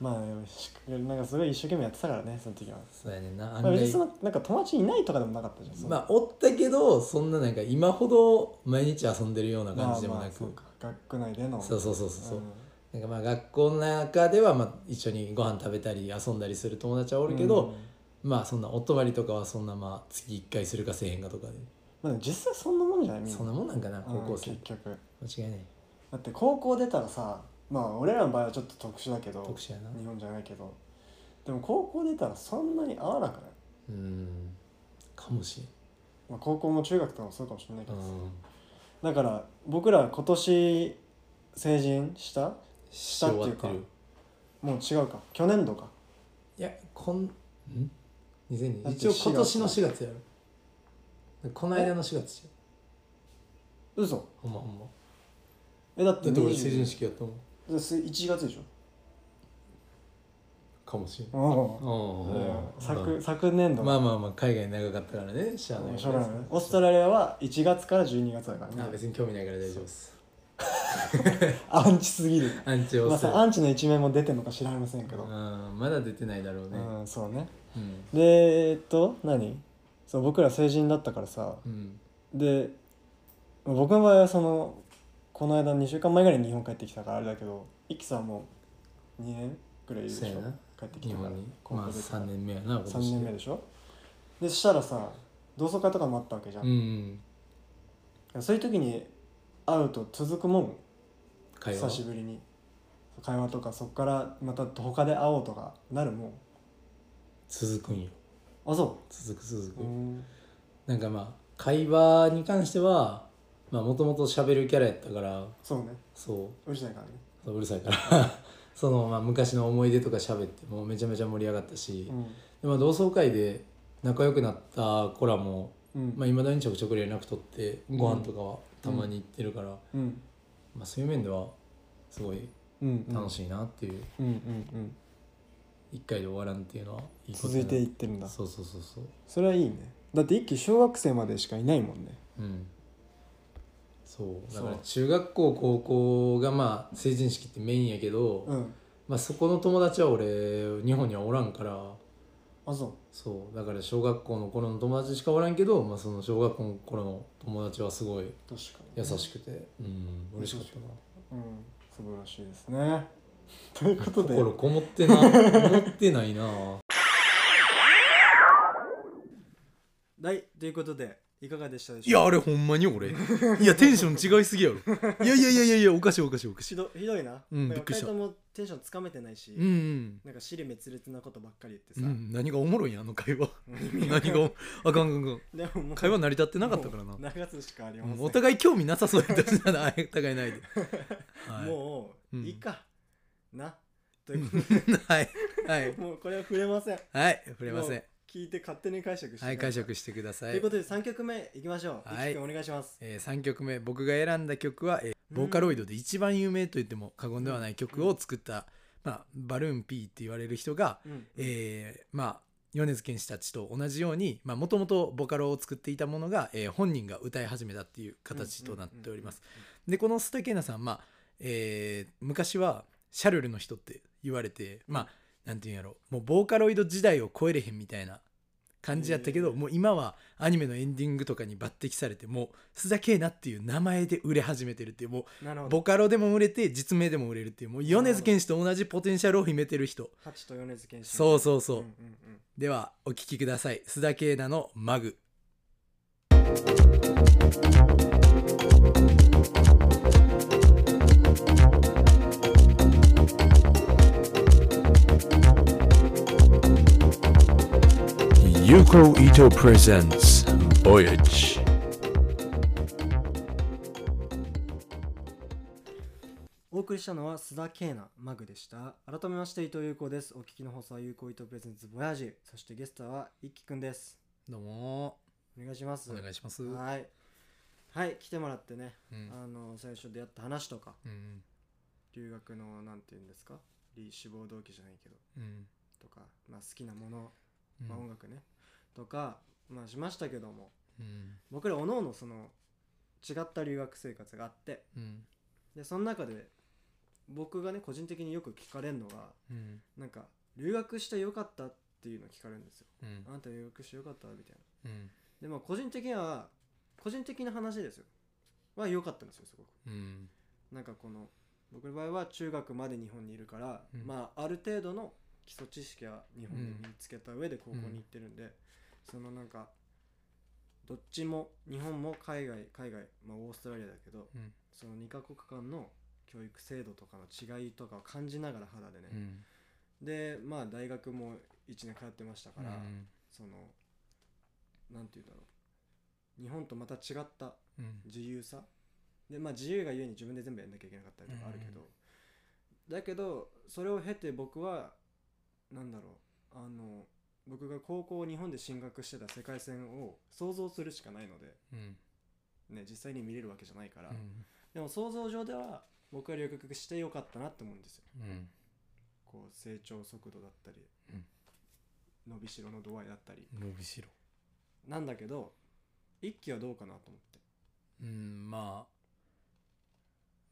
Speaker 2: まあでもしなんかすごい一生懸命やってたからねその時は
Speaker 4: そうやねんな案
Speaker 2: まあ別にそ
Speaker 4: 外
Speaker 2: のなんか友達いないとかでもなかったじゃんその
Speaker 4: まあおったけどそんななんか今ほど毎日遊んでるような感じでも
Speaker 2: まあ
Speaker 4: な
Speaker 2: まあそ
Speaker 4: く、
Speaker 2: うか学区内での
Speaker 4: そうそうそうそうそううんなんかまあ学校の中ではまあ一緒にご飯食べたり遊んだりする友達はおるけど、まあそんなお泊まりとかはそんなまあ月1回するかせえへんかとかで、
Speaker 2: まあ、でも実際そんなもんじゃないみ
Speaker 4: そんなもんなんかな高校生
Speaker 2: うん結局
Speaker 4: 間違いない
Speaker 2: だって高校出たらさまあ俺らの場合はちょっと特殊だけど
Speaker 4: 特殊やな
Speaker 2: 日本じゃないけどでも高校出たらそんなに合わなくない、
Speaker 4: うんかもし
Speaker 2: まあ、高校も中学とかもそうかもしれないけ
Speaker 4: れん、
Speaker 2: どさ、
Speaker 4: う
Speaker 2: だ
Speaker 4: ん、
Speaker 2: から僕ら今年成人した
Speaker 4: し
Speaker 2: 下っていうか
Speaker 4: 終わってる
Speaker 2: もう違うか去年度か
Speaker 4: いやこんん2020
Speaker 2: だって
Speaker 4: 一応今年の
Speaker 2: 4
Speaker 4: 4月やろこの間の4月じ
Speaker 2: 嘘
Speaker 4: ゃんほんまほんま
Speaker 2: えだって
Speaker 4: だって俺成人
Speaker 2: 20
Speaker 4: 式やったもん
Speaker 2: です1月でし
Speaker 4: かもしれん
Speaker 2: ょうん
Speaker 4: うん
Speaker 2: 昨昨年度
Speaker 4: まあまあまあ海外長かったからねしゃあない
Speaker 2: しょうがないねオーストラリアは1月から12月だから
Speaker 4: あ
Speaker 2: ね
Speaker 4: 別に興味ないから大丈夫です
Speaker 2: アンチすぎる
Speaker 4: アンチオ
Speaker 2: まあ
Speaker 4: ース
Speaker 2: さアンチの一面も出てるのか知られませんけど、
Speaker 4: うんまだ出てないだろう
Speaker 2: う
Speaker 4: ね
Speaker 2: んそうね
Speaker 4: うん
Speaker 2: でえっと何そう僕ら成人だったからさ
Speaker 4: うん
Speaker 2: で僕の場合はそのこの間2週間前ぐらいに日本帰ってきたからあれだけど一輝さんはもう2年ぐらいいるでし
Speaker 4: そ
Speaker 2: ょ
Speaker 4: うやな
Speaker 2: 帰ってき
Speaker 4: 日
Speaker 2: てから
Speaker 4: 本に
Speaker 2: 高
Speaker 4: まあ
Speaker 2: 校出てから
Speaker 4: 3年目やな今
Speaker 2: 3年目
Speaker 4: で
Speaker 2: でしょでそしたらさ同窓会とかもあったわけじゃ、
Speaker 4: うんん
Speaker 2: そういう時に会うと続くもん
Speaker 4: 会
Speaker 2: 久し
Speaker 4: 話
Speaker 2: ぶりに会話とかそっからまた他で会おうとかなるもん
Speaker 4: 続くんよ
Speaker 2: あそ
Speaker 4: 続く続
Speaker 2: う
Speaker 4: くなんかまあ会話に関してはもともと喋るキャラやったから
Speaker 2: そうね
Speaker 4: そう
Speaker 2: うるさいからね
Speaker 4: そううるさいから [LAUGHS] その、まあ、昔の思い出とか喋ってもうめちゃめちゃ盛り上がったし、でまあ、同窓会で仲良くなった子らも
Speaker 2: うんうん
Speaker 4: いまあ、未だにちょくちょく連絡取ってご飯とかはたまに行ってるから、
Speaker 2: うん
Speaker 4: まあ、そういう面ではすごい
Speaker 2: うん
Speaker 4: 楽しいなっていう、
Speaker 2: うんうんうん
Speaker 4: 一回で終わらんっていうのはいいこと
Speaker 2: 続いてい
Speaker 4: い
Speaker 2: ってるんだ
Speaker 4: そうそうそうそう
Speaker 2: それはいいねだって一期小学生までしかいないもんね
Speaker 4: うんそうだから
Speaker 2: そう
Speaker 4: 中学校高校がまあ成人式ってメインやけど、
Speaker 2: うん
Speaker 4: まあ、そこの友達は俺日本にはおらんから
Speaker 2: あそ
Speaker 4: そうだから小学校の頃の友達しかおらんけど、まあ、その小学校の頃の友達はすごいう
Speaker 2: 確かに
Speaker 4: 優しくて、うん、嬉しかったな
Speaker 2: うん素晴らしいですねということで
Speaker 4: 心こもってな思ってないな
Speaker 2: はいということでいかがでしたでしょうか
Speaker 4: [LAUGHS] いやあれほんまに俺いやテンション違いすぎやろいやいやいやいやいやおかしいおかしいおかしい
Speaker 2: ひどひどいな、
Speaker 4: うん
Speaker 2: なん
Speaker 4: びっ
Speaker 2: か
Speaker 4: くりした
Speaker 2: 二人ともテンションつかめてないし、
Speaker 4: うんうん
Speaker 2: なんか尻滅裂なことばっかり言って
Speaker 4: う
Speaker 2: さ、
Speaker 4: ん、何がおもろいんやあの会話何があかんあかんあかん
Speaker 2: でももう
Speaker 4: 会話成り立ってなかったからな
Speaker 2: もう流すしかありません、
Speaker 4: お互い興味なさそうやったしなお互い [LAUGHS] ないで、はい、
Speaker 2: もう、
Speaker 4: うん
Speaker 2: いいかなということで
Speaker 4: [LAUGHS] はい [LAUGHS] はい
Speaker 2: もうこれは触れません
Speaker 4: はい触れませ
Speaker 2: も
Speaker 4: ん
Speaker 2: う聞いて勝手に解釈して、
Speaker 4: はい解釈してくだ
Speaker 2: と
Speaker 4: さ
Speaker 2: いう
Speaker 4: い
Speaker 2: こ、とで3曲目いきましょう、
Speaker 4: はい
Speaker 2: いきくんお願いします
Speaker 4: えー、3曲目僕が選んだ曲は、えーボーカロイドで一番有名と言っても過言ではない曲を作った、まあ、バルーン P って言われる人が、
Speaker 2: うん
Speaker 4: えーまあ米津玄師たちと同じようにもともとボカロを作っていたものが、えー本人が歌い始めたっていう形となっております。でこの須田ケイナさん、まあえー昔はシャルルの人って言われて、まあなんていうんやろもうボーカロイド時代を超えれへんみたいな感じやったけど、
Speaker 2: へー
Speaker 4: もう今はアニメのエンディングとかに抜擢されてもう須田ケイナっていう名前で売れ始めてるっていうも
Speaker 2: なる
Speaker 4: う
Speaker 2: ほど
Speaker 4: ボカロでも売れて実名でも売れるっていうもう米津玄師と同じポテンシャルを秘めてる人。
Speaker 2: ハチと米津玄師
Speaker 4: そうそうそう、
Speaker 2: んうんうん
Speaker 4: ではお聴きください須田慶奈のマグ
Speaker 3: Yuko Ito presents Voyage.
Speaker 2: お送りしたのは須田慶奈マグでした改めまして伊藤優子ですお聞きの放送は有効伊藤プレゼンツボヤージそしてゲストは一輝くんです
Speaker 4: どうも
Speaker 2: お願いします
Speaker 4: お願いしますうん
Speaker 2: はいはい来てもらってね、
Speaker 4: うん
Speaker 2: あの最初出会った話とか
Speaker 4: うん
Speaker 2: 留学のなんて言うんですかり志望動機じゃないけど
Speaker 4: うん
Speaker 2: とか、まあ、好きなもの、
Speaker 4: うん
Speaker 2: まあ、音楽ね、とか、まあ、しましたけども
Speaker 4: うん
Speaker 2: 僕らおののその違った留学生活があって
Speaker 4: うん
Speaker 2: でその中で僕がね個人的によく聞かれるのが
Speaker 4: うん
Speaker 2: なんか留学してよかったっていうの聞かれるんですよ
Speaker 4: うん
Speaker 2: あなた留学してよかったみたいな
Speaker 4: うん
Speaker 2: でも個人的には個人的な話ですよは良かったんですよすごく
Speaker 4: うん
Speaker 2: なんかこの僕の場合は中学まで日本にいるから、
Speaker 4: うん
Speaker 2: まあある程度の基礎知識は日本で身につけた上で高校に行ってるんで、そのなんかどっちも日本も海外海外、まあ、オーストラリアだけど
Speaker 4: うん
Speaker 2: その2カ国間の教育制度とかの違いとかを感じながら肌でね、
Speaker 4: うん
Speaker 2: でまあ大学も1年通ってましたから、そのなんて言うんだろう日本とまた違った
Speaker 4: うん
Speaker 2: 自由さでまあ自由がゆえに自分で全部やんなきゃいけなかったりとかあるけど、だけどそれを経て僕はなんだろうあの僕が高校を日本で進学してた世界線を想像するしかないので、
Speaker 4: うん
Speaker 2: ね、実際に見れるわけじゃないから、
Speaker 4: うん
Speaker 2: でも想像上では僕は留学してよかったなって思うんですよ
Speaker 4: うん
Speaker 2: こう成長速度だったり、
Speaker 4: うん
Speaker 2: 伸びしろの度合いだったり
Speaker 4: 伸びしろ
Speaker 2: なんだけど一期はどうかなと思って
Speaker 4: うんま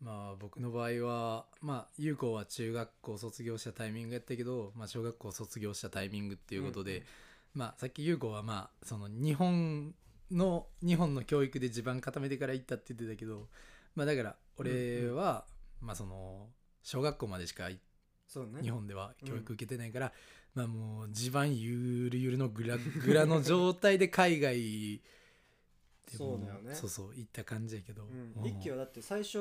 Speaker 4: あまあ僕の場合はまあ優子は中学校卒業したタイミングやったけど、まあ、小学校卒業したタイミングっていうことで、
Speaker 2: うんうん
Speaker 4: まあさっき優子はまあその日本の日本の教育で地盤固めてから行ったって言ってたけどまあだから俺は、まあその小学校までしかい
Speaker 2: そうね
Speaker 4: 日本では教育
Speaker 2: うん
Speaker 4: 受けてないから、まあもう地盤ゆるゆるのグラ [LAUGHS] グラの状態で海外でも
Speaker 2: そうだよね
Speaker 4: そうそう行った感じやけど、
Speaker 2: う
Speaker 4: も
Speaker 2: ん、
Speaker 4: う
Speaker 2: 一輝はだって最初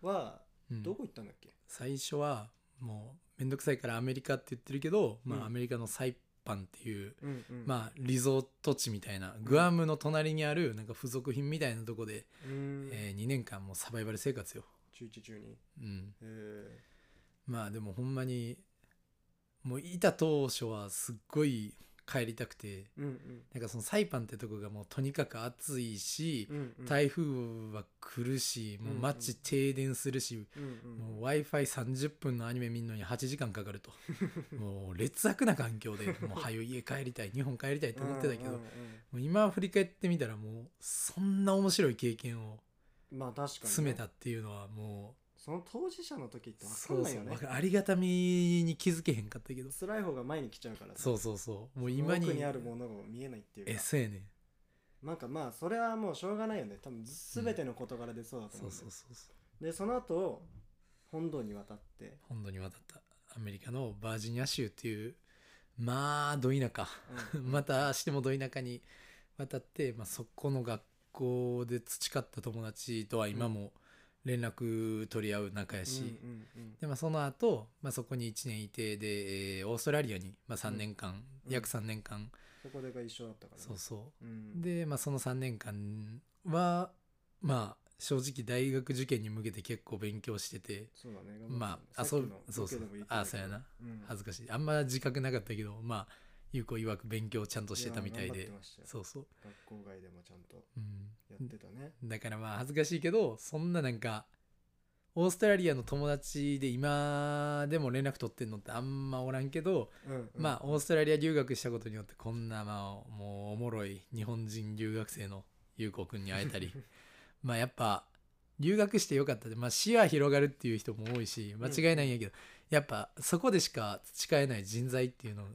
Speaker 2: は
Speaker 4: うん
Speaker 2: どこ行ったんだっけ、
Speaker 4: 最初はもうめんどくさいからアメリカって言ってるけど、ま
Speaker 2: うん
Speaker 4: あ、アメリカのサイパンっていう、
Speaker 2: うんうん
Speaker 4: まあ、リゾート地みたいなグアムの隣にあるなんか付属品みたいなとこで、
Speaker 2: うん
Speaker 4: えー2年間もうサバイバル生活よ、
Speaker 2: 中1中2
Speaker 4: うん、
Speaker 2: え
Speaker 4: まあでもほんまにもういた当初はすっごい帰りたくて
Speaker 2: ー、うんうん
Speaker 4: なんかそのサイパンってとこがもうとにかく暑いし、
Speaker 2: うんうん
Speaker 4: 台風は来るしもう街停電するし、
Speaker 2: うんうん
Speaker 4: もう w i f i 3 0分のアニメ見るのに8時間かか
Speaker 2: [LAUGHS]
Speaker 4: るともう劣悪な環境でもう早い家帰りたい日本帰りたいって思ってたけど、
Speaker 2: うんう
Speaker 4: も
Speaker 2: ん
Speaker 4: う今振り返ってみたらもうそんな面白い経験を
Speaker 2: うんまあ確かにね
Speaker 4: 詰めたっていうのはも
Speaker 2: その当事者の時って
Speaker 4: う
Speaker 2: 分かんないよね
Speaker 4: そうそうありがたみに気づけへんかったけど
Speaker 2: 辛い方が前に来ちゃうから
Speaker 4: そううそうそうもう今に
Speaker 2: 奥にあるものが見えないっていうか
Speaker 4: えそうやねん
Speaker 2: なんかまあそれはもうしょうがないよね多分ず全ての事柄でそうだと
Speaker 4: そ
Speaker 2: 思う
Speaker 4: うん
Speaker 2: だよ
Speaker 4: そうそうそう
Speaker 2: でその後本土に渡って、
Speaker 4: 本土に渡ったアメリカのバージニア州っていうまあど田舎 [LAUGHS] [LAUGHS] またしてもど田舎に渡って、まあ、そこの学校で培った友達とは今も連絡取り合う仲やし、
Speaker 2: うんうんうん
Speaker 4: でまあ、その後、まあそこに1年いてで、えーオーストラリアに、まあ、3年間、
Speaker 2: うん
Speaker 4: 約3年間、
Speaker 2: そこでが一緒だったからね、
Speaker 4: そうそう
Speaker 2: うん、
Speaker 4: で、まあ、その3年間はまあ正直大学受験に向けて結構勉強してて
Speaker 2: そうだね
Speaker 4: まあ
Speaker 2: 頑張って
Speaker 4: 遊
Speaker 2: たね
Speaker 4: ぶそうそう
Speaker 2: さっきのロケでも言ってたけど
Speaker 4: あそうやな
Speaker 2: うん
Speaker 4: 恥ずかしいあんま自覚なかったけどまあ有効曰く勉強をちゃんとしてたみたい
Speaker 2: や頑張っ
Speaker 4: で
Speaker 2: てましたよ
Speaker 4: そうそう、
Speaker 2: 学校外でもちゃんと
Speaker 4: う
Speaker 2: やってたね
Speaker 4: ん、だからまあ恥ずかしいけどそんななんかオーストラリアの友達で今でも連絡取ってんのってあんまおらんけど、
Speaker 2: うん
Speaker 4: まあオーストラリア留学したことによってこんなまあもうおもろい日本人留学生の優子くんに会えたり [LAUGHS] まあやっぱ留学してよかったで、まあ、視野広がるっていう人も多いし間違いないんやけど、やっぱそこでしか培えない人材っていうのが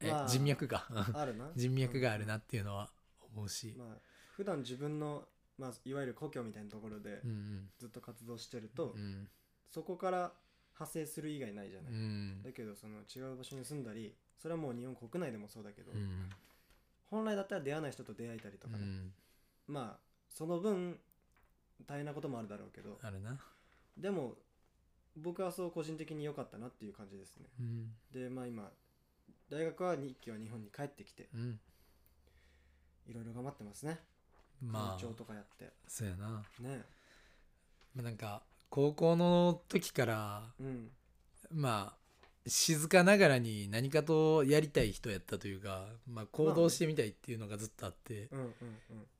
Speaker 4: え、
Speaker 2: まあ
Speaker 4: 人脈
Speaker 2: [LAUGHS]
Speaker 4: か
Speaker 2: あるな
Speaker 4: 人脈があるなっていうのは思う
Speaker 2: う
Speaker 4: し
Speaker 2: ん、まあ普段自分のまあいわゆる故郷みたいなところで
Speaker 4: うん
Speaker 2: ずっと活動してると
Speaker 4: うんうん
Speaker 2: そこから派生する以外ないじゃな
Speaker 4: う
Speaker 2: い
Speaker 4: ん
Speaker 2: だけどその違う場所に住んだりそれはもう日本国内でもそうだけど
Speaker 4: うん
Speaker 2: 本来だったら出会わない人と出会えたりと
Speaker 4: う
Speaker 2: かね
Speaker 4: ん
Speaker 2: まあその分大変なこともあるだろうけど
Speaker 4: あるな、
Speaker 2: でも僕はそう個人的に良かったなっていう感じですね
Speaker 4: うん
Speaker 2: でまあ今大学は日記は日本に帰ってきて
Speaker 4: うん、
Speaker 2: いろいろ頑張ってますね
Speaker 4: まあ
Speaker 2: 緊張とかやって
Speaker 4: そうやな、ま
Speaker 2: ね
Speaker 4: あ、なんか高校の時から
Speaker 2: うん
Speaker 4: まあ静かながらに何かとやりたい人やったというか、まあ、行動してみたいっていうのがずっとあって、
Speaker 2: うんうんうん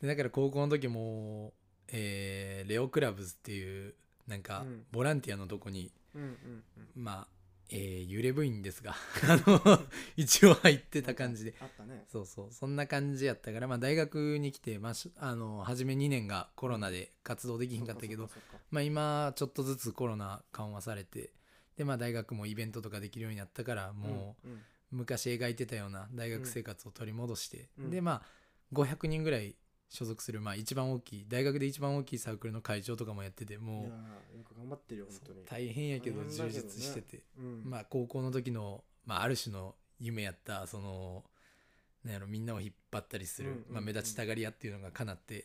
Speaker 4: でだから高校の時も、えーレオクラブズっていうなんか
Speaker 2: うん
Speaker 4: ボランティアのとこに、
Speaker 2: うんうんうん
Speaker 4: まあ、えー揺れ部員ですが [LAUGHS] あ
Speaker 2: [LAUGHS]
Speaker 4: の一応入ってた感じで
Speaker 2: あったね
Speaker 4: そうそうそんな感じやったから、まあ、大学に来て、まあ、しあの初め2年がコロナで活動できひんかったけど
Speaker 2: そっかそっか
Speaker 4: まあ、今ちょっとずつコロナ緩和されてで、まあ、大学もイベントとかできるようになったからも
Speaker 2: うんうん
Speaker 4: う昔描いてたような大学生活を取り戻して、
Speaker 2: うん
Speaker 4: でまあ500人ぐらい所属する、まあ、一番大きい大学で一番大きいサークルの会長とかもやってて
Speaker 2: いや
Speaker 4: も
Speaker 2: ーよく頑張ってるよ
Speaker 4: う
Speaker 2: 本当に
Speaker 4: 大変やけど
Speaker 2: 大変だ
Speaker 4: 充
Speaker 2: けどね
Speaker 4: 実してて、
Speaker 2: うん
Speaker 4: まあ、高校の時の、まあ、ある種の夢やったそのなんやろみんなを引っ張ったりする、
Speaker 2: うんうんうん
Speaker 4: まあ、目立ちたがり屋っていうのがかなって、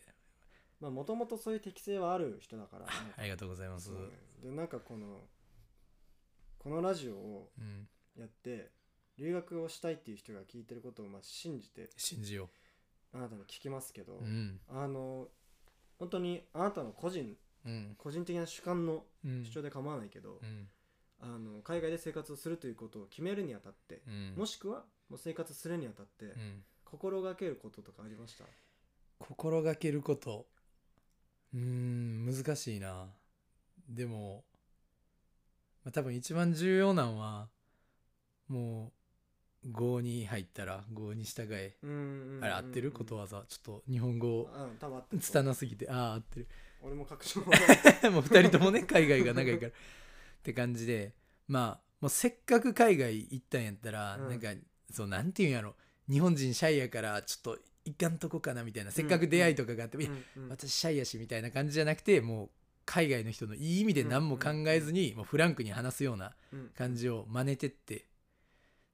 Speaker 2: まあもともとそういう適性はある人だからね、
Speaker 4: ありがとうございます。
Speaker 2: そうねでなんかこのこのラジオを
Speaker 4: うん、
Speaker 2: やって留学をしたいっていう人が聞いてることをまあ信じて
Speaker 4: 信じよ
Speaker 2: あなたに聞きますけど、
Speaker 4: う。うん
Speaker 2: あの本当にあなたの個人
Speaker 4: うん
Speaker 2: 個人的な主観の
Speaker 4: うん
Speaker 2: 主張で構わないけど、
Speaker 4: うん
Speaker 2: あの海外で生活をするということを決めるにあたって、
Speaker 4: うん、
Speaker 2: もしくはもう生活するにあたって、
Speaker 4: うん、
Speaker 2: 心がけることとかありました
Speaker 4: 心がけることうーん難しいなでも、まあ、多分一番重要なのはもう5に入ったら5に従え
Speaker 2: うんうんうんうん
Speaker 4: あれ合ってることわざちょっと日本語
Speaker 2: うん多分合ってると
Speaker 4: 拙なすぎてああ合ってる
Speaker 2: 俺も確証
Speaker 4: [LAUGHS] もう2人ともね海外が長いからって感じでまあもうせっかく海外行ったんやったら、
Speaker 2: うん
Speaker 4: なんかそうなんていうんやろ日本人シャイやからちょっと行かんとこかなみたいな、せっかく出会いとかがあっても、いや
Speaker 2: うんうん
Speaker 4: 私シャイやしみたいな感じじゃなくてもう海外の人のいい意味で何も考えずに、もうフランクに話すような
Speaker 2: うん
Speaker 4: 感じを真似てって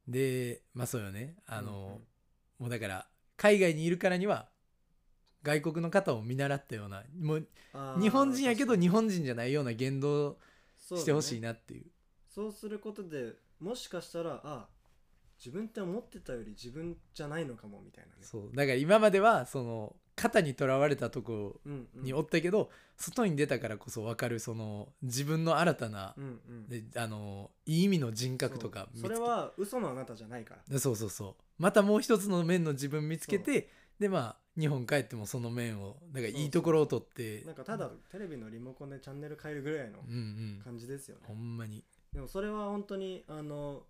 Speaker 4: でまあそうよねあの、
Speaker 2: うんうん
Speaker 4: もうだから海外にいるからには外国の方を見習ったようなもう
Speaker 2: あー
Speaker 4: 日本人やけ
Speaker 2: 確
Speaker 4: ど
Speaker 2: かに
Speaker 4: 日本人じゃないような言動を
Speaker 2: そうだね
Speaker 4: してほしいなっていう
Speaker 2: そうすることでもしかしたらあ自分って思ってたより自分じゃないのかもみたいなね
Speaker 4: そうだから今まではその肩にとらわれたとこ
Speaker 2: うんうん
Speaker 4: におったけど、外に出たからこそ分かるその自分の新たな
Speaker 2: う、んうん
Speaker 4: であのいい意味の人格とか
Speaker 2: そうそれは嘘のあなたじゃないから
Speaker 4: でそうそうそうまたもう一つの面の自分見つけてでまあ日本帰ってもその面をだから
Speaker 2: そうそう
Speaker 4: いいところを取って
Speaker 2: なんかただテレビのリモコンでチャンネル変えるぐらいの
Speaker 4: うんうん
Speaker 2: 感じですよね、
Speaker 4: ほんまに
Speaker 2: でもそれは本当にあの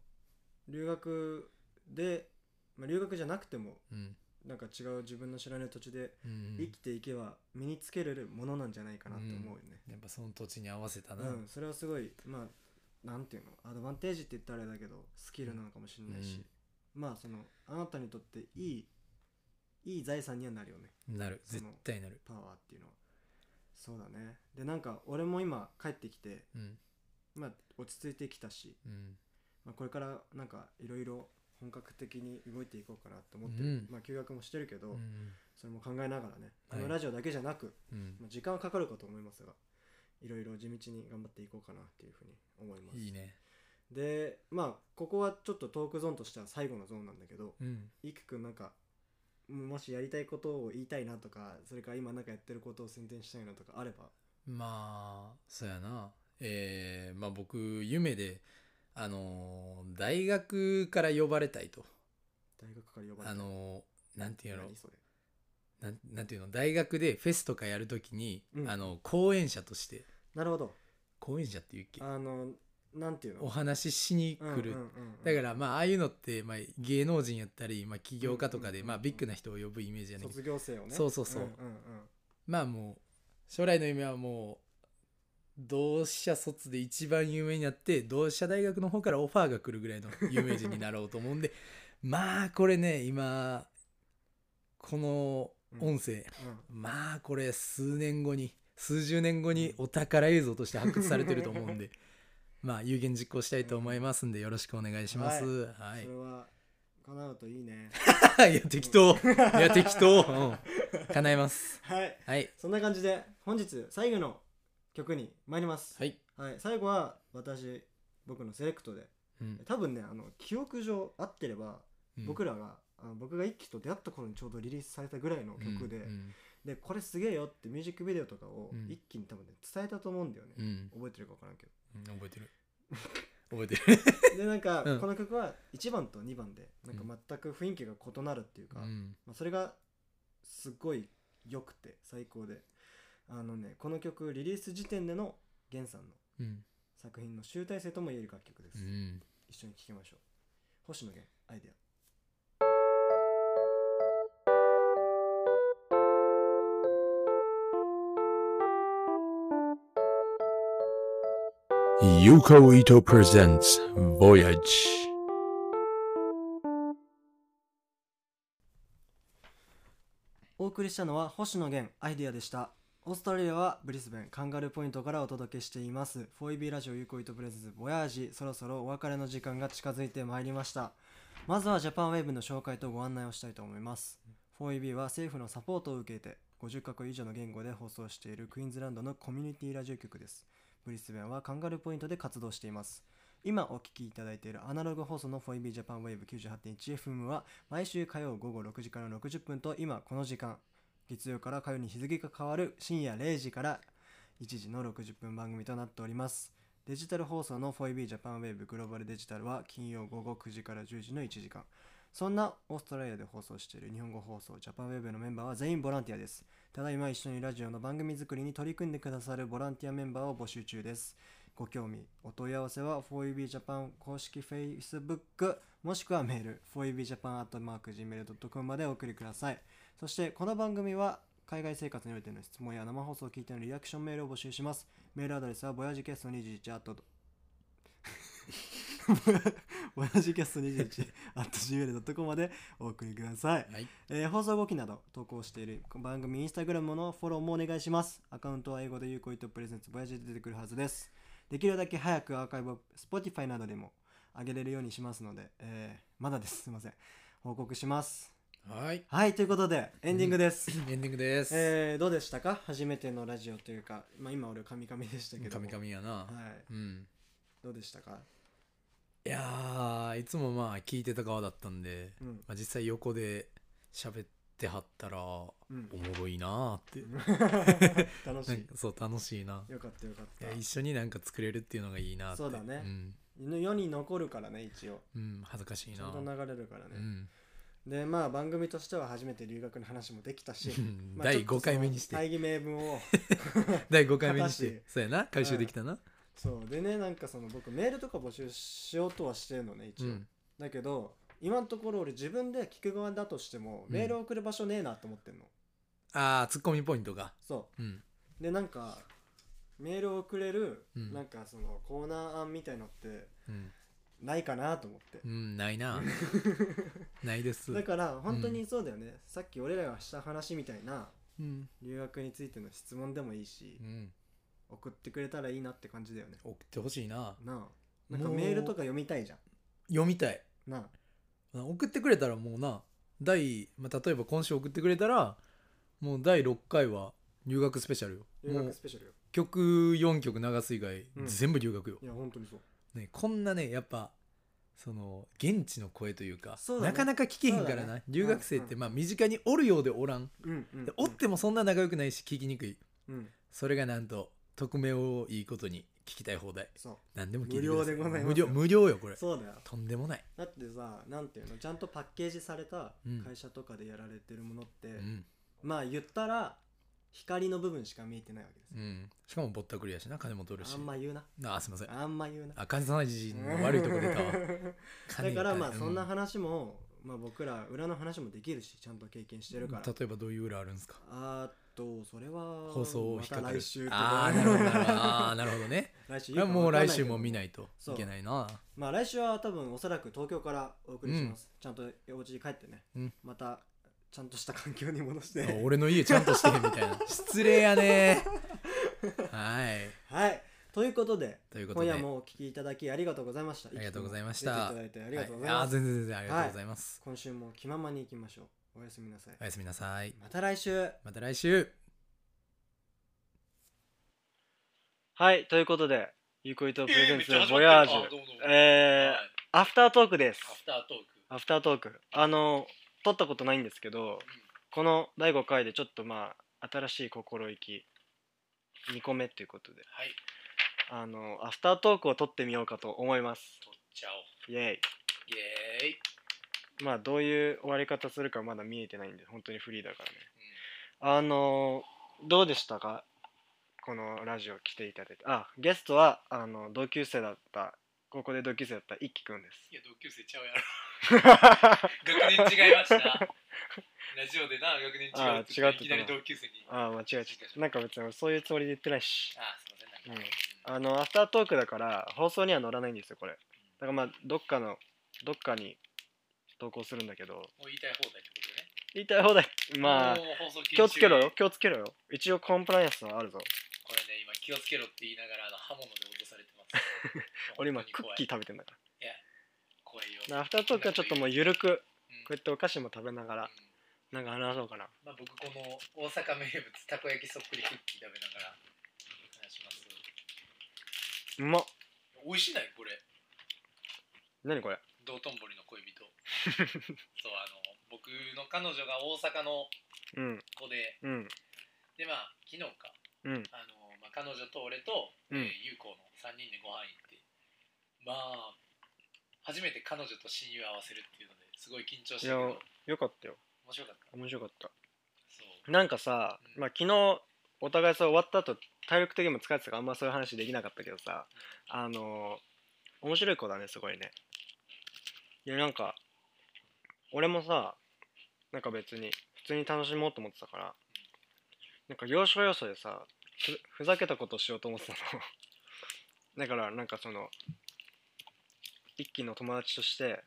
Speaker 2: 留学で、まあ、留学じゃなくても
Speaker 4: うん
Speaker 2: なんか違う自分の知らない土地で
Speaker 4: うんうん
Speaker 2: 生きていけば身につけれるものなんじゃないかなって思うよね
Speaker 4: やっぱその土地に合わせた
Speaker 2: う
Speaker 4: な、
Speaker 2: ん、それはすごいまあなんていうのアドバンテージって言ったらあれだけどスキルなのかもしれないし、まあそのあなたにとっていいいい財産にはなるよね
Speaker 4: なる
Speaker 2: その
Speaker 4: 絶対なる
Speaker 2: パワーっていうのはそうだねでなんか俺も今帰ってきて
Speaker 4: うん
Speaker 2: まあ落ち着いてきたし、
Speaker 4: うん
Speaker 2: まあ、これからなんかいろいろ本格的に動いていこうかなと思ってる、
Speaker 4: うん
Speaker 2: まあ休学もしてるけど、
Speaker 4: うん
Speaker 2: それも考えながらねこ
Speaker 4: はい
Speaker 2: のラジオだけじゃなく、
Speaker 4: うん
Speaker 2: まあ、時間はかかるかと思いますがいろいろ地道に頑張っていこうかなっていうふうに思います
Speaker 4: いいね
Speaker 2: でまあここはちょっとトークゾーンとしては最後のゾーンなんだけど
Speaker 4: うん
Speaker 2: いくくんなんかもしやりたいことを言いたいなとかそれから今なんかやってることを宣伝したいなとかあれば
Speaker 4: まあそうやなえーまあ僕夢であのー大学から呼ばれたいと
Speaker 2: 大学から呼ばれ
Speaker 4: あ
Speaker 2: た
Speaker 4: のーなんていうの
Speaker 2: 何それ
Speaker 4: なんなんていうの大学でフェスとかやるときに、
Speaker 2: うん
Speaker 4: あの講演者として
Speaker 2: なるほど
Speaker 4: 講演者っていうっけ
Speaker 2: あのなんていうの
Speaker 4: お話ししに来る、だ
Speaker 2: だ
Speaker 4: からまあああいうのって、まあ、芸能人やったり、まあ、起業家とかで、
Speaker 2: うんうんうんうん
Speaker 4: まあ、ビッグな人を呼ぶイメージやねんけど
Speaker 2: 卒業生をね
Speaker 4: そうそうそうん
Speaker 2: んん
Speaker 4: まあもう将来の夢はもう同志社卒で一番有名になって同志社大学の方からオファーが来るぐらいの有名人になろうと思うんで [LAUGHS] まあこれね今この音声、まあこれ数年後に数十年後にお宝映像として発掘されてると思うんで [LAUGHS] まあ有言実行したいと思いますんでよろしくお願いします。は
Speaker 2: うんそれは叶うといいね
Speaker 4: い、い [LAUGHS] や適当いや適当、うん、叶えます。
Speaker 2: [LAUGHS] はい
Speaker 4: はい
Speaker 2: そんな感じで本日最後の曲に参ります
Speaker 4: はい、
Speaker 2: はい、最後は私僕のセレクトで
Speaker 4: うん
Speaker 2: 多分ねあの記憶上合ってれば、
Speaker 4: うん
Speaker 2: 僕らがあの僕が一期と出会った頃にちょうどリリースされたぐらいの曲で、
Speaker 4: うん
Speaker 2: でこれすげえよってミュージックビデオとかを
Speaker 4: うん
Speaker 2: 一気に多分ね伝えたと思うんだよね、
Speaker 4: うんうん
Speaker 2: 覚えてるか分からんけ
Speaker 4: うん覚え [LAUGHS] てる覚えてる、
Speaker 2: どでなんか、
Speaker 4: うん
Speaker 2: この曲は1番と2番でなんか全く雰囲気が異なるっていう
Speaker 4: う
Speaker 2: か、
Speaker 4: ん、
Speaker 2: まあ、それがすごい良くて最高であのねこの曲リリース時点での源さんの
Speaker 4: うん
Speaker 2: 作品の集大成とも言える楽曲です、
Speaker 4: うん
Speaker 2: 一緒に聴きましょう星野源アイデア
Speaker 3: Yuko Ito presents Voyage.
Speaker 2: お送りしたのは星野源アイディアでしたオーストラリアはブリスベンカンガルーポイントからお届けしています 4EB ラジオ有効糸プレゼンズボヤージそろそろお別れの時間が近づいてまいりましたまずはジャパンウェーブの紹介とご案内をしたいと思います 4EB は政府のサポートを受けて50カ国以上の言語で放送しているクイーンズランドのコミュニティラジオ局ですブリスベンはカンガルーポイントで活動しています今お聞きいただいているアナログ放送の 4EB ジャパンウェーブ 98.1FM は毎週火曜午後6時からの60分と今この時間月曜から火曜に日付が変わる深夜0時から1時の60分番組となっておりますデジタル放送の 4EB ジャパンウェーブグローバルデジタルは金曜午後9時から10時の1時間そんなオーストラリアで放送している日本語放送ジャパンウェーブのメンバーは全員ボランティアですただいま一緒にラジオの番組作りに取り組んでくださるボランティアメンバーを募集中ですご興味お問い合わせは 4UBJapan 公式 Facebook もしくはメール 4UBJapan.gmail.com までお送りくださいそしてこの番組は海外生活においての質問や生放送を聞いてのリアクションメールを募集しますメールアドレスはボヤジキャスト21アット [LAUGHS] ボヤジキャスト21アット gmail.com までお送りください
Speaker 4: はい
Speaker 2: えー放送後期など投稿している番組インスタグラムのフォローもお願いします。アカウントは英語で有効とプレゼンツボヤジで出てくるはずです。できるだけ早くアーカイブを Spotify などでも上げれるようにしますので、えーまだです。すいません。報告します。
Speaker 4: はい
Speaker 2: はい、ということでエンディングです。
Speaker 4: エンディングです、
Speaker 2: えーどうでしたか初めてのラジオというか、まあ、今俺カミカミでしたけど。
Speaker 4: カミカミやな、
Speaker 2: はい。
Speaker 4: うん
Speaker 2: どうでしたか
Speaker 4: いやーいつもまあ聞いてた側だったんで、
Speaker 2: うん
Speaker 4: まあ、実際横で喋ってはったらお
Speaker 2: うん [LAUGHS]
Speaker 4: もろいなーって、
Speaker 2: 楽し
Speaker 4: なん
Speaker 2: い
Speaker 4: かそう楽しいな
Speaker 2: よかったよかっ
Speaker 4: い
Speaker 2: た
Speaker 4: や一緒になんか作れるっていうのがいいなって
Speaker 2: そうだね
Speaker 4: うん、
Speaker 2: 世に残るからね一応
Speaker 4: うん、恥ずかしい
Speaker 2: ち
Speaker 4: な
Speaker 2: ゃんと流れるから
Speaker 4: う
Speaker 2: ね、
Speaker 4: ん、
Speaker 2: でまあ番組としては初めて留学の話もできたしまあ
Speaker 4: 第
Speaker 2: ちょっと
Speaker 4: 5回目にし
Speaker 2: その
Speaker 4: て
Speaker 2: 大義名分
Speaker 4: [LAUGHS]
Speaker 2: を
Speaker 4: 第5回目にし
Speaker 2: 片
Speaker 4: て
Speaker 2: し
Speaker 4: そうやな回収できたな
Speaker 2: そうでねなんかその僕メールとか募集しようとはしてるのね
Speaker 4: う
Speaker 2: 一応、
Speaker 4: ん
Speaker 2: だけど今のところ俺自分で聞く側だとしても
Speaker 4: うん
Speaker 2: メール送る場所ねえなと思ってんの、
Speaker 4: ああツッコミポイントが
Speaker 2: そ
Speaker 4: うん
Speaker 2: うでなんかメールを送れる、
Speaker 4: うん
Speaker 2: なんかそのコーナー案みたいのって
Speaker 4: うん、
Speaker 2: ないかなと思って
Speaker 4: う、ん、な
Speaker 2: [LAUGHS]
Speaker 4: いなないです
Speaker 2: だから本当にそうだよね、さっき俺らがした話みたいな
Speaker 4: うん、
Speaker 2: 留学についての質問でもいいし
Speaker 4: う、ん、
Speaker 2: 送ってくれたらいいなって感じだよね
Speaker 4: 送ってほしいな
Speaker 2: なあなんか
Speaker 4: もう
Speaker 2: メールとか読みたいじゃ
Speaker 4: 読みたい
Speaker 2: んなあ
Speaker 4: 送ってくれたらもうな第、まあ、例えば今週送ってくれたらもう第6回は留学スペシャル
Speaker 2: 留
Speaker 4: よも
Speaker 2: 学
Speaker 4: う
Speaker 2: スペシャルよ
Speaker 4: 曲4曲流す以外、
Speaker 2: うん
Speaker 4: 全部留学よ
Speaker 2: い、や本当にそう
Speaker 4: ね、こんなねやっぱその現地の声というか
Speaker 2: そうだね
Speaker 4: なかなか聞けへんから
Speaker 2: そうだ
Speaker 4: な、
Speaker 2: ね
Speaker 4: 留学生って
Speaker 2: う
Speaker 4: まあ身近におるようでおらん、
Speaker 2: うんうん
Speaker 4: でおってもそんな仲良くないし聞きにくい
Speaker 2: うん
Speaker 4: それがなんと匿名をいいことに聞きたい放題
Speaker 2: そ
Speaker 4: 何でも聞いてくださ
Speaker 2: 無料で
Speaker 4: い
Speaker 2: ございます
Speaker 4: 無料無料よこ
Speaker 2: う
Speaker 4: れ
Speaker 2: そうだよ
Speaker 4: とんでもない、
Speaker 2: だってさなんていうのちゃんとパッケージされた
Speaker 4: うん
Speaker 2: 会社とかでやられてるものって、
Speaker 4: うん
Speaker 2: まあ言ったら光の部分しか見えてないわけです
Speaker 4: うん、しかもぼったくりやしな金も取るし
Speaker 2: あんま言うな
Speaker 4: あすいません
Speaker 2: あんま言うな
Speaker 4: あ金さない人の悪いとこ出た
Speaker 2: [LAUGHS]
Speaker 4: わ
Speaker 2: だ
Speaker 4: 金
Speaker 2: からまあ
Speaker 4: 金
Speaker 2: そんな
Speaker 4: う
Speaker 2: 話も、まあ、僕ら裏の話もできるしちゃんと経験してるから
Speaker 4: 例えばどういう裏あるんですか
Speaker 2: あーっとそれは
Speaker 4: 放送を
Speaker 2: ま
Speaker 4: 引ったかかる
Speaker 2: 来週と
Speaker 4: あ
Speaker 2: か
Speaker 4: あなるほどなるほどあーなるほどね
Speaker 2: [LAUGHS] 来週
Speaker 4: いやもう来週も見
Speaker 2: い
Speaker 4: ないと
Speaker 2: そう
Speaker 4: いけないな
Speaker 2: まあ来週は多分おそらく東京からお送りします、ちゃんとお家に帰ってね、
Speaker 4: うん
Speaker 2: またちゃんとした環境に戻し
Speaker 4: あ
Speaker 2: て
Speaker 4: 俺の家ちゃんとしてみたい
Speaker 2: [LAUGHS]
Speaker 4: な失礼やねはい
Speaker 2: はいということで
Speaker 4: ということ
Speaker 2: 今
Speaker 4: で
Speaker 2: 夜もお聞きいただきありがとうございましたあ
Speaker 4: ありがとうございました
Speaker 2: ていただいてありがとうござい
Speaker 4: はあ
Speaker 2: ま
Speaker 4: ー
Speaker 2: す、
Speaker 4: 全然全然ありがとうございます、
Speaker 2: 今週も気ままに行きましょうおやすみなさい、
Speaker 4: おやすみなさい
Speaker 2: また来週
Speaker 4: また来週
Speaker 2: はいということでゆこいとプレゼンツ
Speaker 5: えーめっちゃ始まってる
Speaker 2: ボヤージュ
Speaker 5: あどうもどうも
Speaker 2: えー
Speaker 5: はい
Speaker 2: アフタートークです
Speaker 5: アフタートーク。
Speaker 2: アフタートークあの撮ったことないんですけど、この第5回でちょっとまあ新しい心意気2個目ということで
Speaker 5: はい、
Speaker 2: あのアフタートークを撮ってみようかと思います
Speaker 5: 取っちゃおう。
Speaker 2: イエ
Speaker 5: イエーイ。
Speaker 2: イまあどういう終わり方するかまだ見えてないんで本当にフリーだからね、あのどうでしたかこのラジオ来ていただいてあゲストはあの同級生だったここで同級生だった一輝くんで
Speaker 5: い
Speaker 2: す
Speaker 5: や、同級生ちゃ [LAUGHS] うやろ。学年違いました。ラジオでな、学年違うって言
Speaker 2: あー違ってたない
Speaker 5: きなり同級生に。あ
Speaker 2: [LAUGHS] ああ間違えちゃったなんか別にそういうつもりで言ってないし
Speaker 5: ー、すみません。なんか
Speaker 2: あのアフタートークだから放送には載らないんですよこれだからまあどっかのどっかに投稿するんだけど
Speaker 5: もう言いたい放題ってことね。
Speaker 2: 言いたい放題まあ
Speaker 5: もう放送禁止
Speaker 2: 気をつけろよ。気をつけろよ一応コンプライアンスはあるぞ
Speaker 5: これね、今気をつけろって言いながら、あの刃物で脅されてます。
Speaker 2: [LAUGHS] 俺今クッキー
Speaker 5: ー。
Speaker 2: 食べてんだか
Speaker 5: 怖いよ。
Speaker 2: らアフタートークはちょっともうゆるくこ
Speaker 5: うん
Speaker 2: うやってお菓子も食べなが
Speaker 5: うん
Speaker 2: らなんか話そうかな
Speaker 5: まあ、僕、この大阪名物、たこ焼きそっくりクッキー食べながら話します。
Speaker 2: うまっ
Speaker 5: 美味しないこれ。
Speaker 2: 何これ
Speaker 5: 道頓堀の [LAUGHS] 恋人そうあの僕の彼女が大阪の
Speaker 2: うん
Speaker 5: 子で
Speaker 2: うん
Speaker 5: でまあ昨日か
Speaker 2: うん
Speaker 5: あの、まあ、彼女と俺と、
Speaker 2: うん
Speaker 5: えー、ゆうこの3人でご飯行ってまあ初めて彼女と親友合わせるっていうのですごい緊張したけ
Speaker 2: い
Speaker 5: ど
Speaker 2: やよかったよ
Speaker 5: 面白かった
Speaker 2: 面白かった
Speaker 5: そう
Speaker 2: なんかさ、まあ、昨日お互いそう終わった後体力的にも疲れてたからあんまそういう話できなかったけどさあのー面白い子だねすごいねいやなんか俺もさなんか別に普通に楽しもうと思ってたからなんか要所要所でさふふざけたことをしようと思ってたの [LAUGHS] だからなんかその一輝の友達として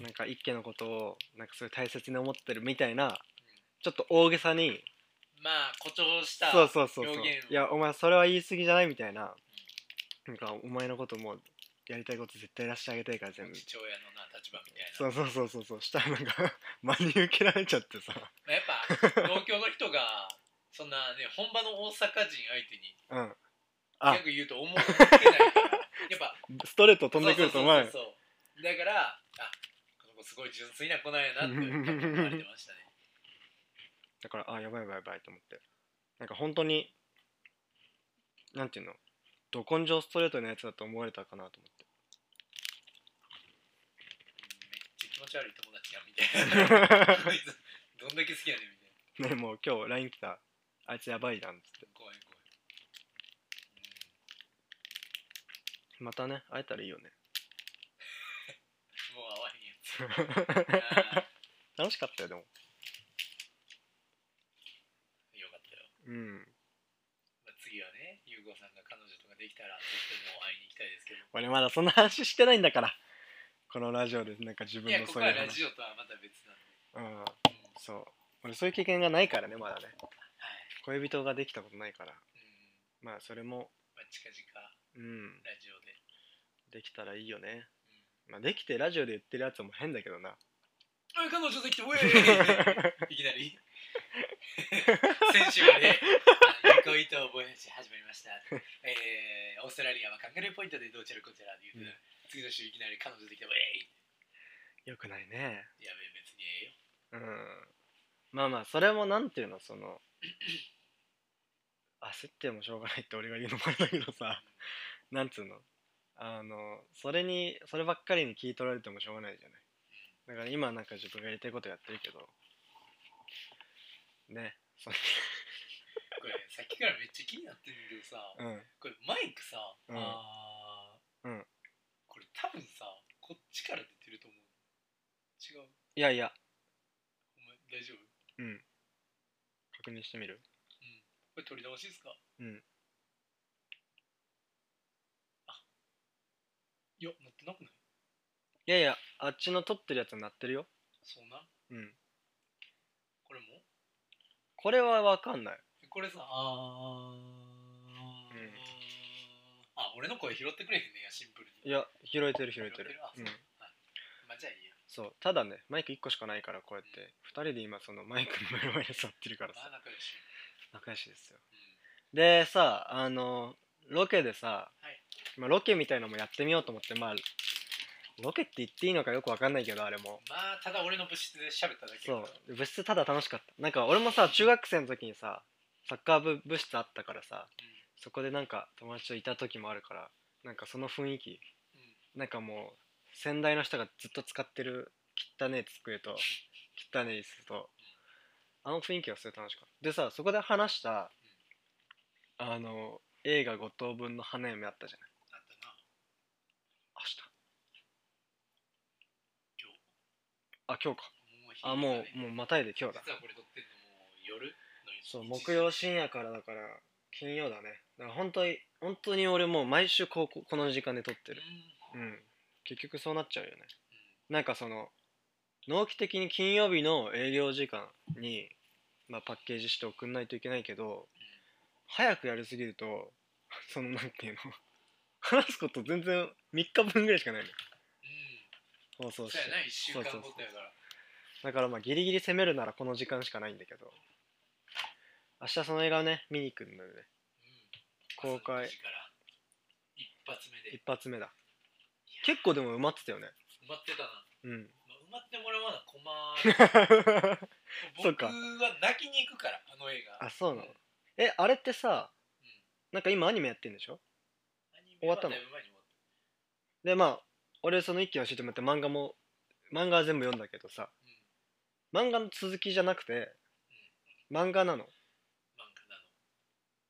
Speaker 2: なんか一輝のことをなんかすごい大切に思ってるみたいなちょっと大げさに
Speaker 5: まあ誇張した
Speaker 2: そうそうそうそう
Speaker 5: 表現を
Speaker 2: いやお前それは言い過ぎじゃないみたいななんかお前のこともうやりたいこと絶対やらしてあげたいから全部
Speaker 5: 父親のな立場みたい
Speaker 2: そ
Speaker 5: な、
Speaker 2: うそうそうそうそうしたらなんか [LAUGHS] 真に受けられちゃってさ
Speaker 5: まあ、やっぱ東京の人
Speaker 4: [LAUGHS]
Speaker 5: がそんなね本場の大阪人相手に
Speaker 2: うんあ
Speaker 5: 逆言うと思ってないからやっぱ
Speaker 2: [LAUGHS] ストレート飛んでくると思う
Speaker 5: そうそうそう
Speaker 4: だから、あこの子すごい純粋な子なんやな
Speaker 2: [LAUGHS]
Speaker 4: って思われてましたね。
Speaker 2: だから、あ、やばいやばいやばいと思って。なんか本当に、なんていうの、ど根性ストレートなやつだと思われたかなと思って。
Speaker 4: めっちゃ気持ち悪い友達やみたいな。こいつどんだけ好きやねんみたいな。
Speaker 2: [LAUGHS] ね、もう今日 LINE 来た、あいつやばいなんつって。
Speaker 4: 怖い怖い。
Speaker 2: またね、会えたらいいよね。 [LAUGHS]
Speaker 4: もう会わへんやつ。あ
Speaker 2: 楽しかったよ、でも。
Speaker 4: ーよかったよ。
Speaker 2: うん。
Speaker 4: まあ、次はね、ゆうごさんが彼女とかできたら、ぜひとも会いに行きたいですけど。
Speaker 2: 俺まだそんな話してないんだから。このラジオでなんか自
Speaker 4: い
Speaker 2: 分
Speaker 4: や、
Speaker 2: の
Speaker 4: こ
Speaker 2: そ
Speaker 4: こ
Speaker 2: うい
Speaker 4: は
Speaker 2: う
Speaker 4: ラジ
Speaker 2: 話。
Speaker 4: オとはまた別なんで。
Speaker 2: うん。
Speaker 4: うん
Speaker 2: そう。俺そういう経験がないからね、まだね。恋人ができたことないから。
Speaker 4: うん
Speaker 2: まあそれも、
Speaker 4: まあ、近々
Speaker 2: うん、
Speaker 4: ラジオで。
Speaker 2: できたらいいよね。まあできてラジオで言ってるやつも変だけど
Speaker 4: [LAUGHS]
Speaker 2: な。
Speaker 4: おい彼女できて、おい
Speaker 2: [LAUGHS]
Speaker 4: いきなり。 [LAUGHS] 先週まで、あの恋とボヤジ始まりました。えー、オーストラリアはカンガルーポイントでどうちゃらこうちゃらって言うてた、次の週いきなり彼女できて、おい
Speaker 2: よくないね。
Speaker 4: やべえ、別にええよ。
Speaker 2: うん。まあまあ、それもなんていうの、その、 [CLEARS THROAT] 焦ってもしょうがないって俺が言うのもあれだけどさ、 [LAUGHS] なんつうの、あの、それに、そればっかりに聞い取られてもしょうがないじゃない。だから今なんか自分がやりたいことやってるけど、ね、そ
Speaker 4: これ、さっきからめっちゃ気になってるけどさ、
Speaker 2: の [LAUGHS] うん、
Speaker 4: これマイクさ、
Speaker 2: うん
Speaker 4: あー
Speaker 2: うん
Speaker 4: これ多分さこっちから出てると思う違う
Speaker 2: いやいや、
Speaker 4: お前大丈夫こ
Speaker 2: うん。確認してみる
Speaker 4: れ取り直しですか
Speaker 2: うん
Speaker 4: あいやなってなくない
Speaker 2: いやいや、あっちの撮ってるやつになってるよ。
Speaker 4: そんな
Speaker 2: うん。
Speaker 4: これも
Speaker 2: これはわかんない。
Speaker 4: これさあー、
Speaker 2: うん
Speaker 4: あ俺の声拾ってくれへんねやシンプルに
Speaker 2: いや、拾えてる拾えてる。
Speaker 4: あ、
Speaker 2: う。
Speaker 4: そうんあまあじゃあいいや
Speaker 2: そうただねマイク1個しかないからこうやって2人で今そのマイクの目の前に座ってるからさ
Speaker 4: まあ仲良し
Speaker 2: 仲良しですよでさあのロケでさ、
Speaker 4: はい
Speaker 2: まあ、ロケみたいのもやってみようと思ってまあロケって言っていいのかよくわかんないけどあれも
Speaker 4: まあただ俺の物質で喋っただけ
Speaker 2: そ
Speaker 4: や
Speaker 2: う
Speaker 4: から
Speaker 2: で部室ただ楽しかったなんか俺もさ中学生の時にさサッカー部部室あったからさ、
Speaker 4: ん
Speaker 2: そこでなんか友達といた時もあるからなんかその雰囲気、なんかもう先代の人がずっと使ってる汚ねえ机と汚ねえ椅子とあの雰囲気がすごい楽しかったでさそこで話したあの映画5等分の花嫁あったじゃない
Speaker 4: あったな
Speaker 2: 明日
Speaker 4: 今日
Speaker 2: あ今日か
Speaker 4: もう日
Speaker 2: あ
Speaker 4: が
Speaker 2: も
Speaker 4: ね
Speaker 2: うもうまたいで今日だ
Speaker 4: 実はこれ撮ってんのもう夜の
Speaker 2: そう
Speaker 4: 1時
Speaker 2: 木曜深夜からだから金曜だねだから本当に本当に俺もう毎週こうこの時間で撮ってる
Speaker 4: うん
Speaker 2: うん結局そうなっちゃうよねなんかその納期的に金曜日の営業時間に、まあ、パッケージして送んないといけないけど早くやりすぎるとそのなんていうの話すこと全然3日分ぐらいしかないのよ放
Speaker 4: うん
Speaker 2: 送し
Speaker 4: そうやな
Speaker 2: て
Speaker 4: 1週間後だから
Speaker 2: だからまあギリギリ攻めるならこの時間しかないんだけど明日その映画をね見に行くんだよね
Speaker 4: うん
Speaker 2: 公開
Speaker 4: 朝の9時から一発目で
Speaker 2: 一発目だ結構でも埋まってたよね
Speaker 4: 埋まってたな [LAUGHS]
Speaker 2: うん
Speaker 4: まあ埋まってもらわな困
Speaker 2: [LAUGHS] そ
Speaker 4: る
Speaker 2: う
Speaker 4: 僕
Speaker 2: か
Speaker 4: は泣きに行くからあの映画
Speaker 2: あそうなのえあれってさなんか今アニメやってんでしょ終わったの
Speaker 4: アニメはだいぶ前に終わっ
Speaker 2: でまあ俺その一気に教えてもらって漫画も漫画は全部読んだけどさ、漫画の続きじゃなくて漫画なの
Speaker 4: た漫画なの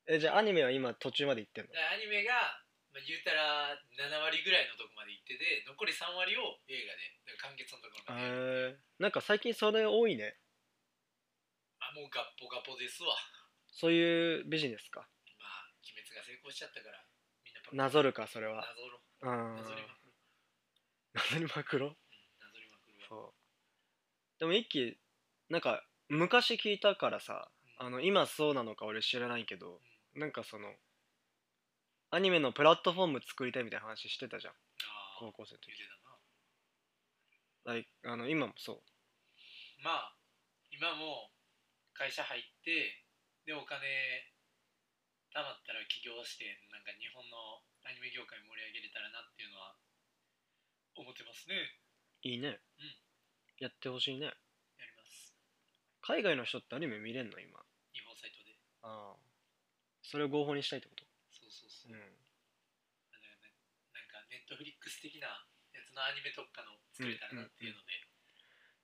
Speaker 2: えじゃあアニメは今途中まで行ってんの
Speaker 4: だからアニメが、まあ、言うたら7割ぐらいのとこまで行ってて残り3割を映画でだから完結のところまで、
Speaker 2: へえなんか最近それ多いね
Speaker 4: あもうガッポガポですわ
Speaker 2: そういうビジネスか
Speaker 4: まあ鬼滅が成功しちゃったからみんなパク
Speaker 2: なぞるかそれは
Speaker 4: なぞろ
Speaker 2: うん
Speaker 4: な
Speaker 2: なぞ
Speaker 4: ぞりまくる
Speaker 2: りまくろ
Speaker 4: なぞりまくるわ
Speaker 2: そうでも一気なんか昔聞いたからさあの今そうなのか俺知らないけどなんかそのアニメのプラットフォーム作りたいみたいな話してたじゃん
Speaker 4: ああ
Speaker 2: 高校生の時
Speaker 4: 言うてたな
Speaker 2: 来あの今もそう
Speaker 4: まあ今も会社入ってでお金貯まったら起業してなんか日本のアニメ業界盛り上げれたらなっていうのは思ってますですね。
Speaker 2: いいね、やってほしいね
Speaker 4: やります。
Speaker 2: 海外の人ってアニメ見れんの今
Speaker 4: 日本サイトで。
Speaker 2: ああそれを合法にしたいってこと
Speaker 4: そうそうそう。
Speaker 2: うん
Speaker 4: あのねなんかネットフリックス的なやつのアニメ特化の作れたらなっていうので、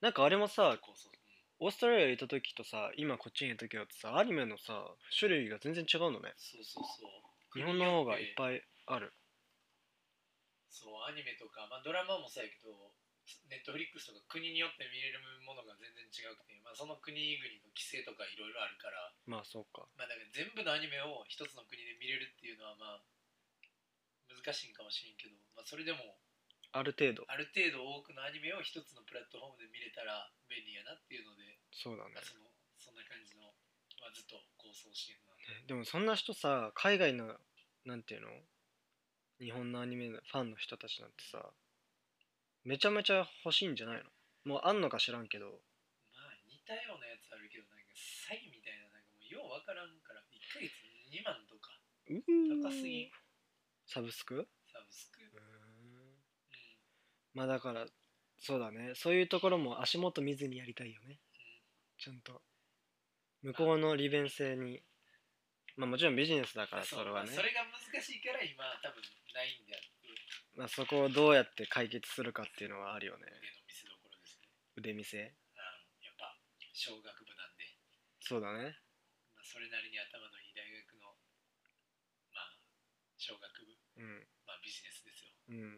Speaker 2: なんかあれもさ
Speaker 4: こうそう、うん
Speaker 2: オーストラリア行った時とさ今こっちにいる時だとさアニメのさ種類が全然違うのね
Speaker 4: そうそうそう
Speaker 2: 日本の方がいっ
Speaker 4: い
Speaker 2: ぱいある
Speaker 4: そうアニメとか、まあ、ドラマもそうやけどネットフリックスとか国によって見れるものが全然違くて、まあ、その国々の規制とかいろいろあるから,、
Speaker 2: まあそうか
Speaker 4: まあ、だから全部のアニメを一つの国で見れるっていうのはまあ難しいんかもしれんけど、まあ、それでも
Speaker 2: ある程度
Speaker 4: ある程度多くのアニメを一つのプラットフォームで見れたら便利やなっていうので
Speaker 2: そうだね
Speaker 4: まあそのそんな感じの、まあ、ずっと構想してるな
Speaker 2: でもそんな人さ海外のなんていうの日本のアニメファンの人たちなんてさめちゃめちゃ欲しいんじゃないのもうあんのか知らんけど
Speaker 4: まあ似たようなやつあるけどなんか詐欺みたいななんかもうようわからんから1ヶ月2万とか高すぎん
Speaker 2: サブスク
Speaker 4: サブスクうんうん
Speaker 2: まあだからそうだねそういうところも足元見ずにやりたいよねちゃんと向こうの利便性にまあもちろんビジネスだからそれはね
Speaker 4: そうまあそれが難しいから今多分ないんであって
Speaker 2: まあ、そこをどうやって解決するかっていうのはあるよね
Speaker 4: 腕の見せどころですね
Speaker 2: 腕見せ
Speaker 4: あのやっぱ小学部なんで、
Speaker 2: そうだね
Speaker 4: まあ、それなりに頭のいい大学のまあ小学部
Speaker 2: うん
Speaker 4: まあビジネスですよ
Speaker 2: うん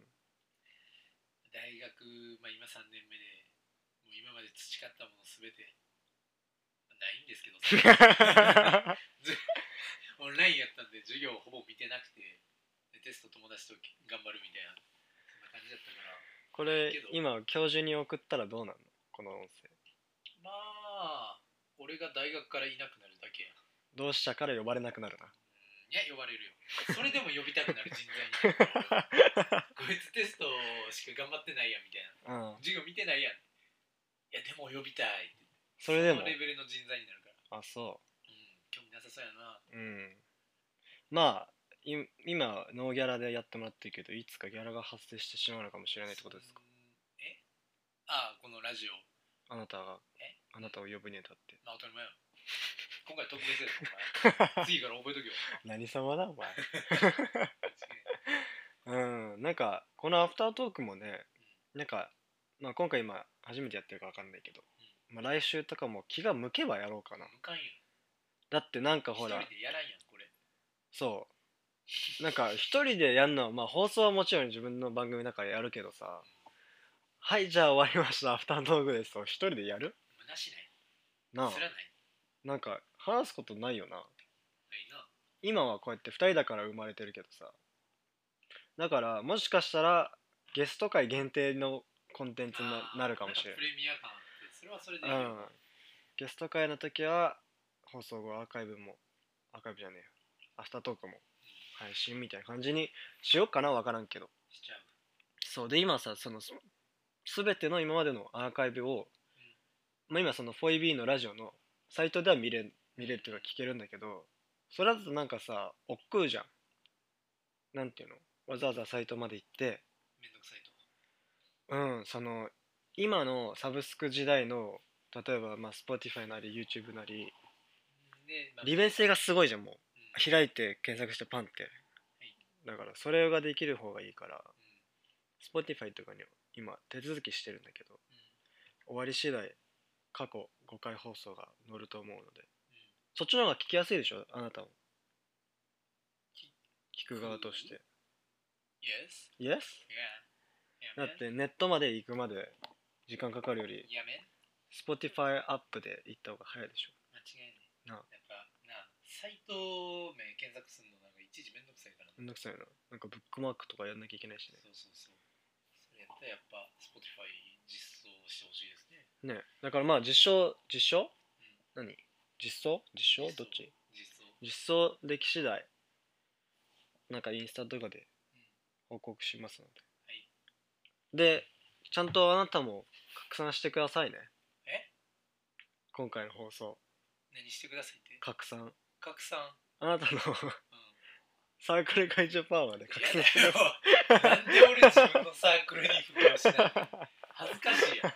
Speaker 4: 大学、まあ、今3年目でもう今まで培ったもの全てまあないんで
Speaker 2: [LAUGHS]
Speaker 4: すけどオンラインやったんで授業ほぼ見てなくてでテスト友達と頑張るみたいなそんな感じだったから [LAUGHS]
Speaker 2: これ今教授に送ったらどうなるのこの音声
Speaker 4: まあ俺が大学からいなくなるだけや
Speaker 2: どうしたから呼ばれなくなる
Speaker 4: いや呼ばれるよそれでも呼びたくなる人
Speaker 2: [LAUGHS]
Speaker 4: 材にこいつテストしか頑張ってないやみたいな
Speaker 2: なうん
Speaker 4: 授業見てないやんいやでも呼びたいって
Speaker 2: それでも
Speaker 4: そのレベルの人材になるから
Speaker 2: あそ
Speaker 4: うん興味なさそうやな
Speaker 2: ううんまあい今ノーギャラでやってもらってるけどいつかギャラが発生してしまうのかもしれないってことですか
Speaker 4: そんえああこのラジオ
Speaker 2: あなたが
Speaker 4: え
Speaker 2: あなたを呼ぶにあた
Speaker 4: [LAUGHS]
Speaker 2: って
Speaker 4: まあ当たり前よ今回特別です
Speaker 2: [LAUGHS]
Speaker 4: お前次から覚えとけよ
Speaker 2: 何様だお前うんなんかこのアフタートークもねなんか、まあ、今回今初めてやってるか分かんないけど、まあ、来週とかも気が向けばやろうかな
Speaker 4: 無関よ
Speaker 2: だってなんか
Speaker 4: 一
Speaker 2: ほら
Speaker 4: 人でやらんやんこれ
Speaker 2: そうなんか一人でやるのはまあ放送はもちろん自分の番組だからやるけどさはいじゃあ終わりましたアフタートークですと一人でやる
Speaker 4: なしない
Speaker 2: なあ
Speaker 4: すらない
Speaker 2: なんか話すことないよな
Speaker 4: ないな
Speaker 2: 今はこうやって2人だから生まれてるけどさだからもしかしたらゲスト会限定のコンテンツにななるかもしれ
Speaker 4: んプレミア感あってそれはそれでいい
Speaker 2: ない、う
Speaker 4: よ
Speaker 2: ん、ゲスト会の時は放送後アーカイブもアーカイブじゃねえよアフタートークも配信みたいな感じにしようかな分からんけど
Speaker 4: しちゃう
Speaker 2: そうで今さそのす全ての今までのアーカイブを、まあ、今その 4EB のラジオのサイトでは見れ見れるというか聞けるんだけどそれだとなんかさ億劫じゃんなんていうのわざわざサイトまで行って
Speaker 4: めんどくさいと
Speaker 2: うんその今のサブスク時代の例えばまあ Spotify なり YouTube なり
Speaker 4: で、まあ
Speaker 2: 利便性がすごいじゃんもう
Speaker 4: うん
Speaker 2: 開いて検索してパンって
Speaker 4: い
Speaker 2: だからそれができる方がいいから Spotify とかに今手続きしてるんだけど終わり次第過去5回放送が載ると思うのでそっちの方が聞きやすいでしょあなたも
Speaker 4: き
Speaker 2: 聞く側として
Speaker 4: うん、
Speaker 2: Yes?
Speaker 4: Yes? Yeah
Speaker 2: だ
Speaker 4: やめ
Speaker 2: ってネットまで行くまで時間かかるより
Speaker 4: やめ
Speaker 2: Spotify アップで行った方が早いでしょ
Speaker 4: 間違いな
Speaker 2: な
Speaker 4: いやっぱなサイト名検索するのなんかいちいちめんどくさいからな
Speaker 2: めんどくさいななんかブックマークとかやんなきゃいけないしね
Speaker 4: そうそうそう。それやったらやっぱ Spotify 実装してほしいですね。
Speaker 2: ねだからまあ実証実証何実装実証
Speaker 4: 実
Speaker 2: ど
Speaker 4: 装
Speaker 2: っち
Speaker 4: 実装。
Speaker 2: 実装でき次第なんかインスタとかで報告しますので、
Speaker 4: はい
Speaker 2: でちゃんとあなたも拡散してくださいね
Speaker 4: え
Speaker 2: 今回の放送
Speaker 4: 何してくださいって
Speaker 2: 拡散
Speaker 4: 拡散。
Speaker 2: あなたの
Speaker 4: うん。
Speaker 2: サークル会長パワーで
Speaker 4: いやだ
Speaker 2: 隠
Speaker 4: よ
Speaker 2: する
Speaker 4: なんで俺自分のサークルに服をしないの恥ずかしいや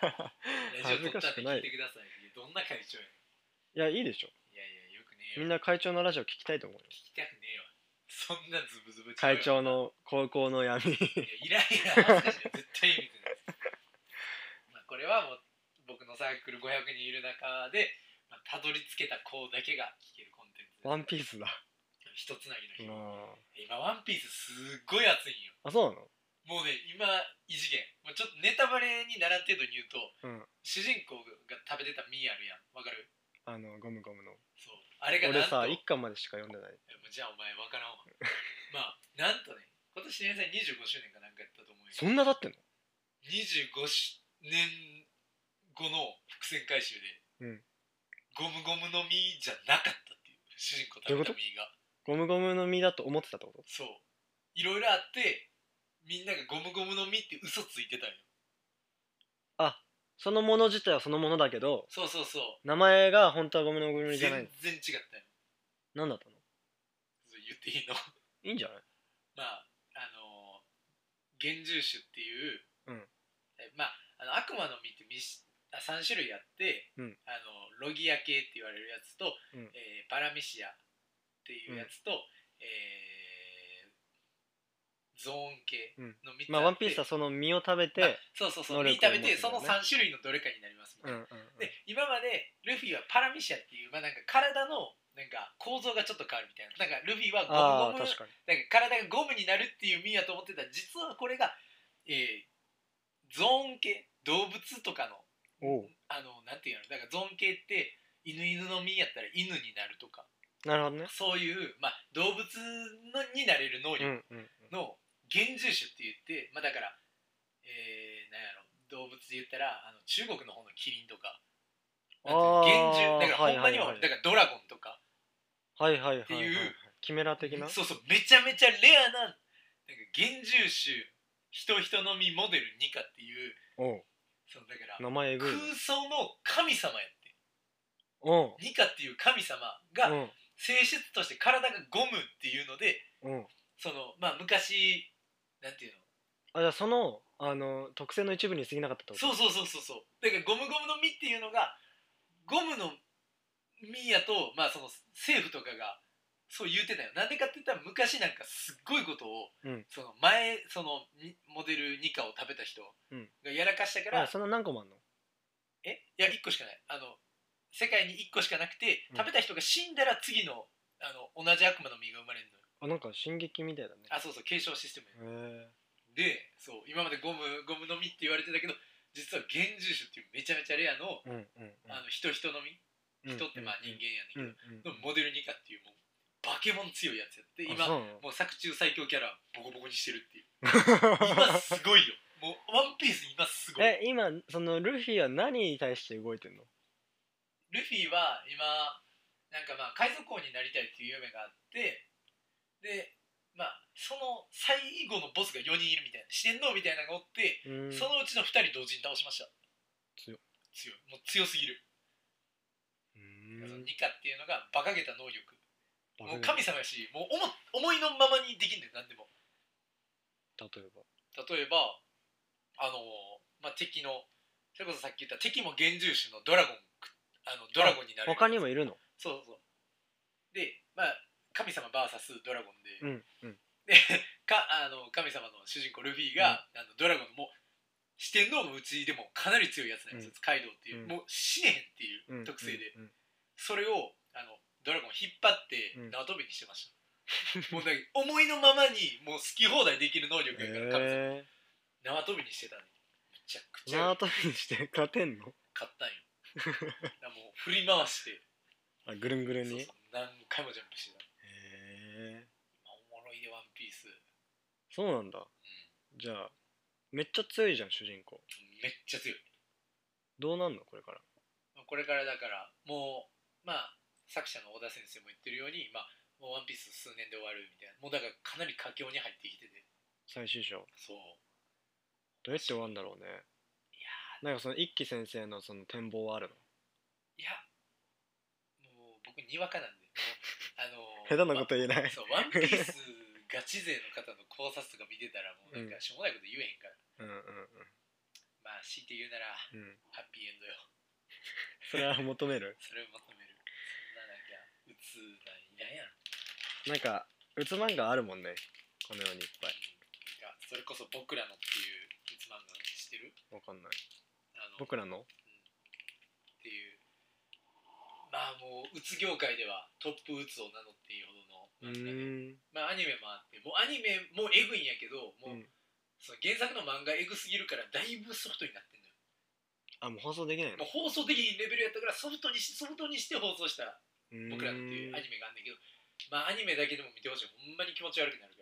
Speaker 4: ん
Speaker 2: 恥ず
Speaker 4: ラジオ
Speaker 2: か
Speaker 4: 撮った
Speaker 2: し
Speaker 4: っ
Speaker 2: てくな
Speaker 4: 聞い
Speaker 2: い
Speaker 4: てくださいいやどんな会長や
Speaker 2: いやいいでしょ
Speaker 4: いやいやよくね
Speaker 2: み
Speaker 4: えよ
Speaker 2: んな会長のラジオ聞きたいと思うよ
Speaker 4: 聞きたくねえわそんなズブズブちゃうよ
Speaker 2: 会長の高校の闇
Speaker 4: いやいらんいらん恥ずかしい絶対意味ないまあこれはもう僕のサークル500人いる中でまあたど、り着けた子だけが聞けるコンテンツ
Speaker 2: ワンピースだ
Speaker 4: 一つな
Speaker 2: うん
Speaker 4: ぎの日今ワンピースすっごい熱いんよ
Speaker 2: あそうなの
Speaker 4: もうね今異次元もうちょっとネタバレにならん程度に言うと
Speaker 2: うん
Speaker 4: 主人公が食べてたミーあるやんわかる
Speaker 2: あのゴムゴムの
Speaker 4: そうあれが
Speaker 2: 俺
Speaker 4: なんと
Speaker 2: さ1巻までしか読んでない
Speaker 4: いやもうじゃあお前わからんわ [LAUGHS] まあなんとね今年連載25周年かなんかやったと思うよ
Speaker 2: そんなだってんの
Speaker 4: 25し年後の伏線回収で、
Speaker 2: うん
Speaker 4: ゴムゴムの実じゃなかったっていう主人公食べた実が
Speaker 2: ゴムゴムの実だと思ってたってこと
Speaker 4: そういろいろあってみんながゴムゴムの実って嘘ついてたんよ
Speaker 2: そのもの自体はそのものだけど
Speaker 4: そうそうそう
Speaker 2: 名前が本当はゴムのゴムの実じ
Speaker 4: 全
Speaker 2: ゃない
Speaker 4: 然
Speaker 2: の
Speaker 4: 違ったよ
Speaker 2: 何だったの
Speaker 4: そう言っていいの [LAUGHS]
Speaker 2: いいんじゃない
Speaker 4: まああの幻獣種っていう、
Speaker 2: うん
Speaker 4: えまああの悪魔の実ってみしあ3種類あって、
Speaker 2: うん
Speaker 4: あのロギア系って言われるやつと、
Speaker 2: うん
Speaker 4: えーパラミシアっていうやつと、えーゾーン系の3つって、
Speaker 2: まあワンピースはその実を食べて
Speaker 4: そうそうそ
Speaker 2: 能
Speaker 4: う
Speaker 2: 力を
Speaker 4: 実食べ
Speaker 2: 持つんだ
Speaker 4: て
Speaker 2: よね
Speaker 4: その3種類のどれかになりますみた
Speaker 2: う
Speaker 4: い
Speaker 2: ん
Speaker 4: な、
Speaker 2: うんうん
Speaker 4: で今までルフィはパラミシアっていう、まあ、なんか体のなんか構造がちょっと変わるみたいななんかルフィは
Speaker 2: あ
Speaker 4: ゴム
Speaker 2: あ
Speaker 4: ゴム
Speaker 2: 確かに
Speaker 4: なんか体がゴムになるっていうミーやと思ってたら実はこれが、えーゾーン系動物とかの
Speaker 2: おう
Speaker 4: あのなんていうのだからゾーン系って犬犬のミーやったら犬になるとか
Speaker 2: なるほどね
Speaker 4: そういう、まあ、動物のになれる能
Speaker 2: うんう
Speaker 4: 力
Speaker 2: んうん
Speaker 4: の原獣種って言って、まあ、だから、えー、なんやろ動物で言ったらあの中国の方のキリンとか。なんてい
Speaker 2: あー
Speaker 4: うの原獣だからほんまには、
Speaker 2: はいはいはい
Speaker 4: だからドラゴンとか
Speaker 2: はいはいはい
Speaker 4: て
Speaker 2: はいいうキメラ的な
Speaker 4: そうそうめちゃめちゃレアななんか原獣種人人のみモデルニカっていう
Speaker 2: おう
Speaker 4: そのだから
Speaker 2: 名前えぐい
Speaker 4: 空
Speaker 2: な
Speaker 4: 想の神様やって
Speaker 2: おう
Speaker 4: ニカっていう神様
Speaker 2: う
Speaker 4: が
Speaker 2: ん
Speaker 4: 性質として体がゴムっていうので
Speaker 2: うん
Speaker 4: そのまあ昔なんていうの
Speaker 2: あじゃあそのあの特性の一部に過ぎなかったってこと
Speaker 4: そうそうそうそうそうだからゴムゴムの実っていうのがゴムの実やとまあその政府とかがそう言うてたよなんでかって言ったら昔なんかすっごいことを、
Speaker 2: うん
Speaker 4: その前そのにモデルニカを食べた人
Speaker 2: うん
Speaker 4: がやらかしたから、
Speaker 2: あそんな何個もあんの
Speaker 4: えいや1個しかないあの世界に1個しかなくて
Speaker 2: うん
Speaker 4: 食べた人が死んだら次のあの同じ悪魔の実が生まれるのよ
Speaker 2: あなんか進撃みたいだね
Speaker 4: あそうそう継承システム
Speaker 2: へ
Speaker 4: やでそう今までゴムゴムの実って言われてたけど実は原獣種っていうめちゃめちゃレアの
Speaker 2: えうんうんうん
Speaker 4: あの人人の実人ってまあ人間
Speaker 2: う
Speaker 4: や
Speaker 2: ん
Speaker 4: ねん
Speaker 2: う
Speaker 4: けど、
Speaker 2: ん
Speaker 4: のモデルニカっていうもうバケモン強いやつやって
Speaker 2: うん
Speaker 4: [LAUGHS] 今
Speaker 2: あそうなの
Speaker 4: もう作中最強キャラボコボコにしてるっていう
Speaker 2: [LAUGHS]
Speaker 4: 今すごいよもうワンピース今すごい
Speaker 2: え今そのルフィは何に対して動いてんの
Speaker 4: ルフィは今なんかまあ海賊王になりたいっていう夢があってでまあその最後のボスが4人いるみたいな四天王みたいなのがおって、
Speaker 2: うーん
Speaker 4: そのうちの2人同時に倒しました
Speaker 2: 強っ
Speaker 4: 強いもう強すぎる、
Speaker 2: う
Speaker 4: その
Speaker 2: ーん
Speaker 4: ニカっていうのが馬鹿げた能力
Speaker 2: バ
Speaker 4: もう
Speaker 2: カ
Speaker 4: 神
Speaker 2: げ
Speaker 4: 様やしもう思思いのままにできんだよ何でも
Speaker 2: た例えば
Speaker 4: 例えばあのまあ、敵のそれこそさっき言った敵も幻獣種のドラゴンくあのドラゴンになる
Speaker 2: 他にもいるの
Speaker 4: そうそうそうでまあ神様 VS ドラゴンで、
Speaker 2: うんうん
Speaker 4: でかあの神様の主人公ルフィが、あのドラゴンのもう四天王のうちでもかなり強いやつなんですよ、カイドウっていう、
Speaker 2: うん
Speaker 4: もう死ねへんって
Speaker 2: うん
Speaker 4: いう特性で、
Speaker 2: うんうん
Speaker 4: それをあのドラゴン引っ張って
Speaker 2: うん
Speaker 4: 縄跳びにしてました、も [LAUGHS] うだけ思いのままにもう好き放題できる能力やから神様、
Speaker 2: へえ
Speaker 4: 縄跳びにしてたのめちゃくちゃ
Speaker 2: 縄跳びにして勝てんの
Speaker 4: 買ったんよだからもう振り回
Speaker 2: [LAUGHS]
Speaker 4: して
Speaker 2: あぐるんぐるん
Speaker 4: そう
Speaker 2: にへ
Speaker 4: そう何回もジャンプしてた
Speaker 2: え
Speaker 4: まあおもろいでワンピース
Speaker 2: そうなんだじゃあめっちゃ強いじゃん主人公
Speaker 4: めっちゃ強い
Speaker 2: どうなんのこれから
Speaker 4: まあこれからだからもうまあ作者の小田先生も言ってるようにまあもうワンピース数年で終わるみたいなもうだからかなり佳境に入ってきてて
Speaker 2: 最終章
Speaker 4: そう
Speaker 2: どうやって終わるんだろうねなんかその一輝先生のその展望はあるの
Speaker 4: いや
Speaker 2: [LAUGHS]
Speaker 4: もう僕にわかなんでもうあのー
Speaker 2: 下手なこと言えない
Speaker 4: そうワンピースガチ勢の方の考察とか見てたらもうなんかしょうもないこと言えへんから、
Speaker 2: うんうん
Speaker 4: まあ強いて言うなら
Speaker 2: うんうん
Speaker 4: ハッピーエンドよ
Speaker 2: それは求める
Speaker 4: それを求めるそんななんかうつなんいらんやん
Speaker 2: なんかうつ漫画あるもんねこの世にいっぱい
Speaker 4: なんかそれこそ僕らのっていううつ漫画知ってる
Speaker 2: わかんない
Speaker 4: あの
Speaker 2: 僕らの
Speaker 4: っていうまあもううつ業界ではトップうつを名乗っていいほどの
Speaker 2: う
Speaker 4: 漫
Speaker 2: ーん
Speaker 4: 画で、まあアニメもあってもうアニメもエグいんやけどもう、
Speaker 2: うん
Speaker 4: その原作の漫画エグすぎるからだいぶソフトになってんのよ
Speaker 2: あもう放送できないの
Speaker 4: もう放送的にレベルやったからソフトにしソフトにして放送した僕らっていうアニメがあんだけどまあアニメだけでも見てほしいほんまに気持ち悪くなる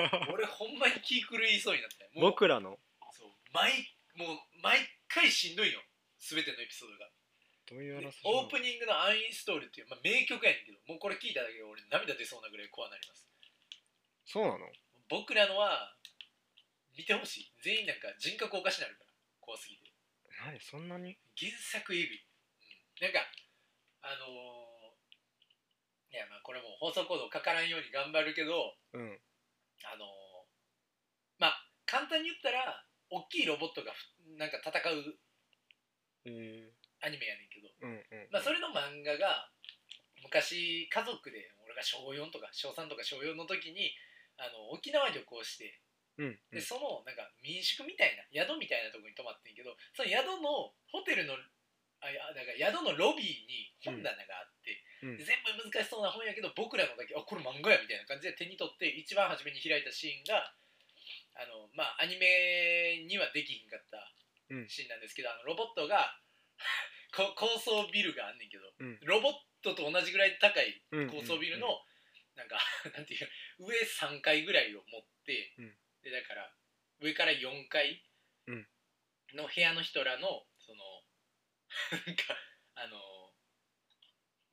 Speaker 4: から [LAUGHS] 俺ほんまに気狂いそうになったよもう
Speaker 2: 僕らの
Speaker 4: そう毎もう毎回しんどいよ全てのエピソードが
Speaker 2: どういう
Speaker 4: で
Speaker 2: 話
Speaker 4: オープニングの「アンインストール」っていう、まあ、名曲やねんけどもうこれ聞いただけで俺涙出そうなぐらい怖なります
Speaker 2: そうなの
Speaker 4: 僕らのは見てほしい全員なんか人格おかしなるから怖すぎて
Speaker 2: 何そんなに
Speaker 4: 原作エグい、うん、なんかあのーいやまあこれもう放送コードかからんように頑張るけど
Speaker 2: うん
Speaker 4: あのーまあ簡単に言ったら大きいロボットがふなんか戦う
Speaker 2: え
Speaker 4: アニメやねんけど
Speaker 2: ー、うんうん
Speaker 4: まあ、それの漫画が昔家族で俺が小4とか小3とか小4の時にあの沖縄旅行して
Speaker 2: うんう
Speaker 4: で
Speaker 2: ん
Speaker 4: そのなんか民宿みたいな宿みたいなとこに泊まってんけどその宿のホテルのあいやだから宿のロビーに本棚があって、
Speaker 2: うん
Speaker 4: で全部難しそうな本やけど僕らのだけあこれ漫画やみたいな感じで手に取って一番初めに開いたシーンがあのまあアニメにはできひんかった
Speaker 2: うん
Speaker 4: シーンなんですけど、あのロボットが [LAUGHS] こ高層ビルがあんねんけど、
Speaker 2: うん
Speaker 4: ロボットと同じぐらい高い
Speaker 2: うん
Speaker 4: 高層ビルの、なんか [LAUGHS] なんていう上3階ぐらいを持って、
Speaker 2: うん
Speaker 4: でだから上から4階
Speaker 2: うん
Speaker 4: の部屋の人らのその [LAUGHS] なんかあの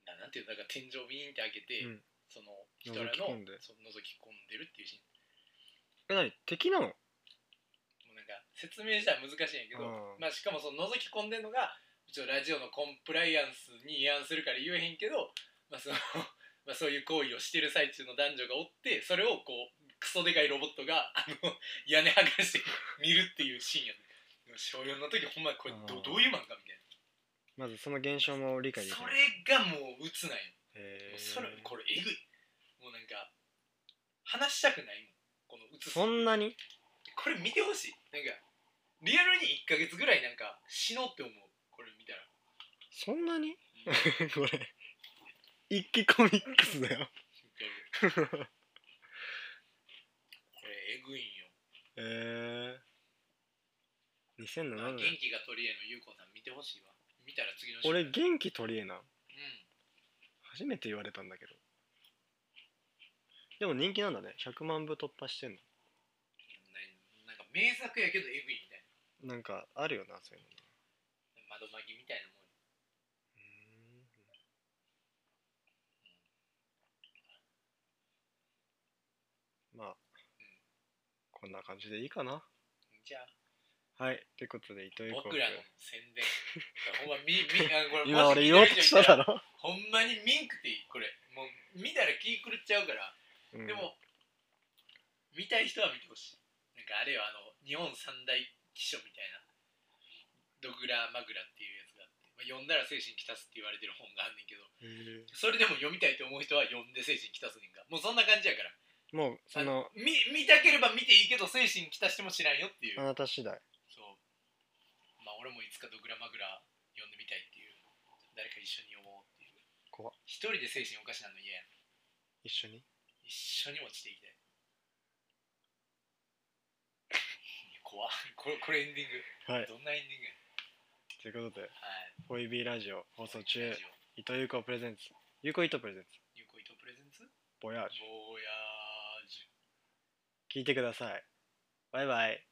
Speaker 4: ななんていうのなんか天井ビーンって開けて、
Speaker 2: うん
Speaker 4: その人らの
Speaker 2: 覗き込んで
Speaker 4: そう覗き込んでるっていうシーン
Speaker 2: え何敵なの
Speaker 4: もうなんか説明したら難しいんやけど、
Speaker 2: うん
Speaker 4: まあ、しかもその覗き込んでるのがうちのラジオのコンプライアンスに違反するから言えへんけど、まあその [LAUGHS] まあ、そういう行為をしてる最中の男女がおってそれをこうクソでかいロボットがあの屋根剥がして見るっていうシーンやねでも小4の時ほんまこれど
Speaker 2: あー
Speaker 4: どういう漫画みたい
Speaker 2: まずその現象も理解で
Speaker 4: な
Speaker 2: き
Speaker 4: そ
Speaker 2: ない
Speaker 4: れがもう鬱なんよ
Speaker 2: へ
Speaker 4: も
Speaker 2: ー
Speaker 4: うそれこれえぐいもうなんか話したくないもんこの鬱さ
Speaker 2: そんなに
Speaker 4: これ見てほしいなんかリアルに1ヶ月ぐらいなんか死のうって思うこれ見たら
Speaker 2: そんなに [LAUGHS]
Speaker 4: う
Speaker 2: こ
Speaker 4: ん
Speaker 2: れ一気コミックスだよ
Speaker 4: これえぐいんよ、
Speaker 2: へえー、
Speaker 4: まあ
Speaker 2: 2007
Speaker 4: 元
Speaker 2: 年
Speaker 4: 気が取り柄のゆうこさん見てほしいわ見たら次の週
Speaker 2: 俺
Speaker 4: うん
Speaker 2: 元気取りえな初めて言われたんだけどでも人気なんだね100万部突破してんの
Speaker 4: ななんか名作やけどえぐいみたい
Speaker 2: なんかあるよなそういうの
Speaker 4: な窓巻きみたいなもん
Speaker 2: まあこんな感じでいいかな
Speaker 4: じゃあ
Speaker 2: はいということで糸井君
Speaker 4: 僕らの宣
Speaker 2: [LAUGHS]
Speaker 4: 伝ほんまみみあのこれ
Speaker 2: 今
Speaker 4: もし
Speaker 2: 俺言おうとしただ
Speaker 4: 見た人いたら
Speaker 2: ろ、
Speaker 4: ほんまにミンクっていいこれもう見たら気狂っちゃうから
Speaker 2: うん
Speaker 4: でも、見たい人は見てほしい。なんかあれよ、あの、日本三大秘書みたいな、ドグラマグラっていうやつがあって、まあ、読んだら精神きたすって言われてる本があんねんけど、
Speaker 2: へー
Speaker 4: それでも読みたいと思う人は読んで精神きたすねんか。もうそんな感じやから。
Speaker 2: もうその
Speaker 4: 見 [LAUGHS] 見たければ見ていいけど、精神きたしても知らんよっていう。
Speaker 2: あなた次第
Speaker 4: そう。まあ俺もいつかドグラマグラ読んでみたいっていう。誰か一緒に読もうっていう。
Speaker 2: 怖っ
Speaker 4: 一人で精神おかしなの嫌やん。
Speaker 2: 一緒に
Speaker 4: 一緒に落ちていきたい。いや怖っこれ、これエンディング。
Speaker 2: はい
Speaker 4: どんなエンディングや
Speaker 2: ということで
Speaker 4: はい。
Speaker 2: 「ボイビーラジオ」放送中
Speaker 4: ラジオ
Speaker 2: 伊藤優子プレゼンツ優子伊藤プレゼンツ
Speaker 4: 有効糸プレゼンツ
Speaker 2: ボヤージ
Speaker 4: ボーヤージュ。
Speaker 2: ュ聞いてくださいバイバイ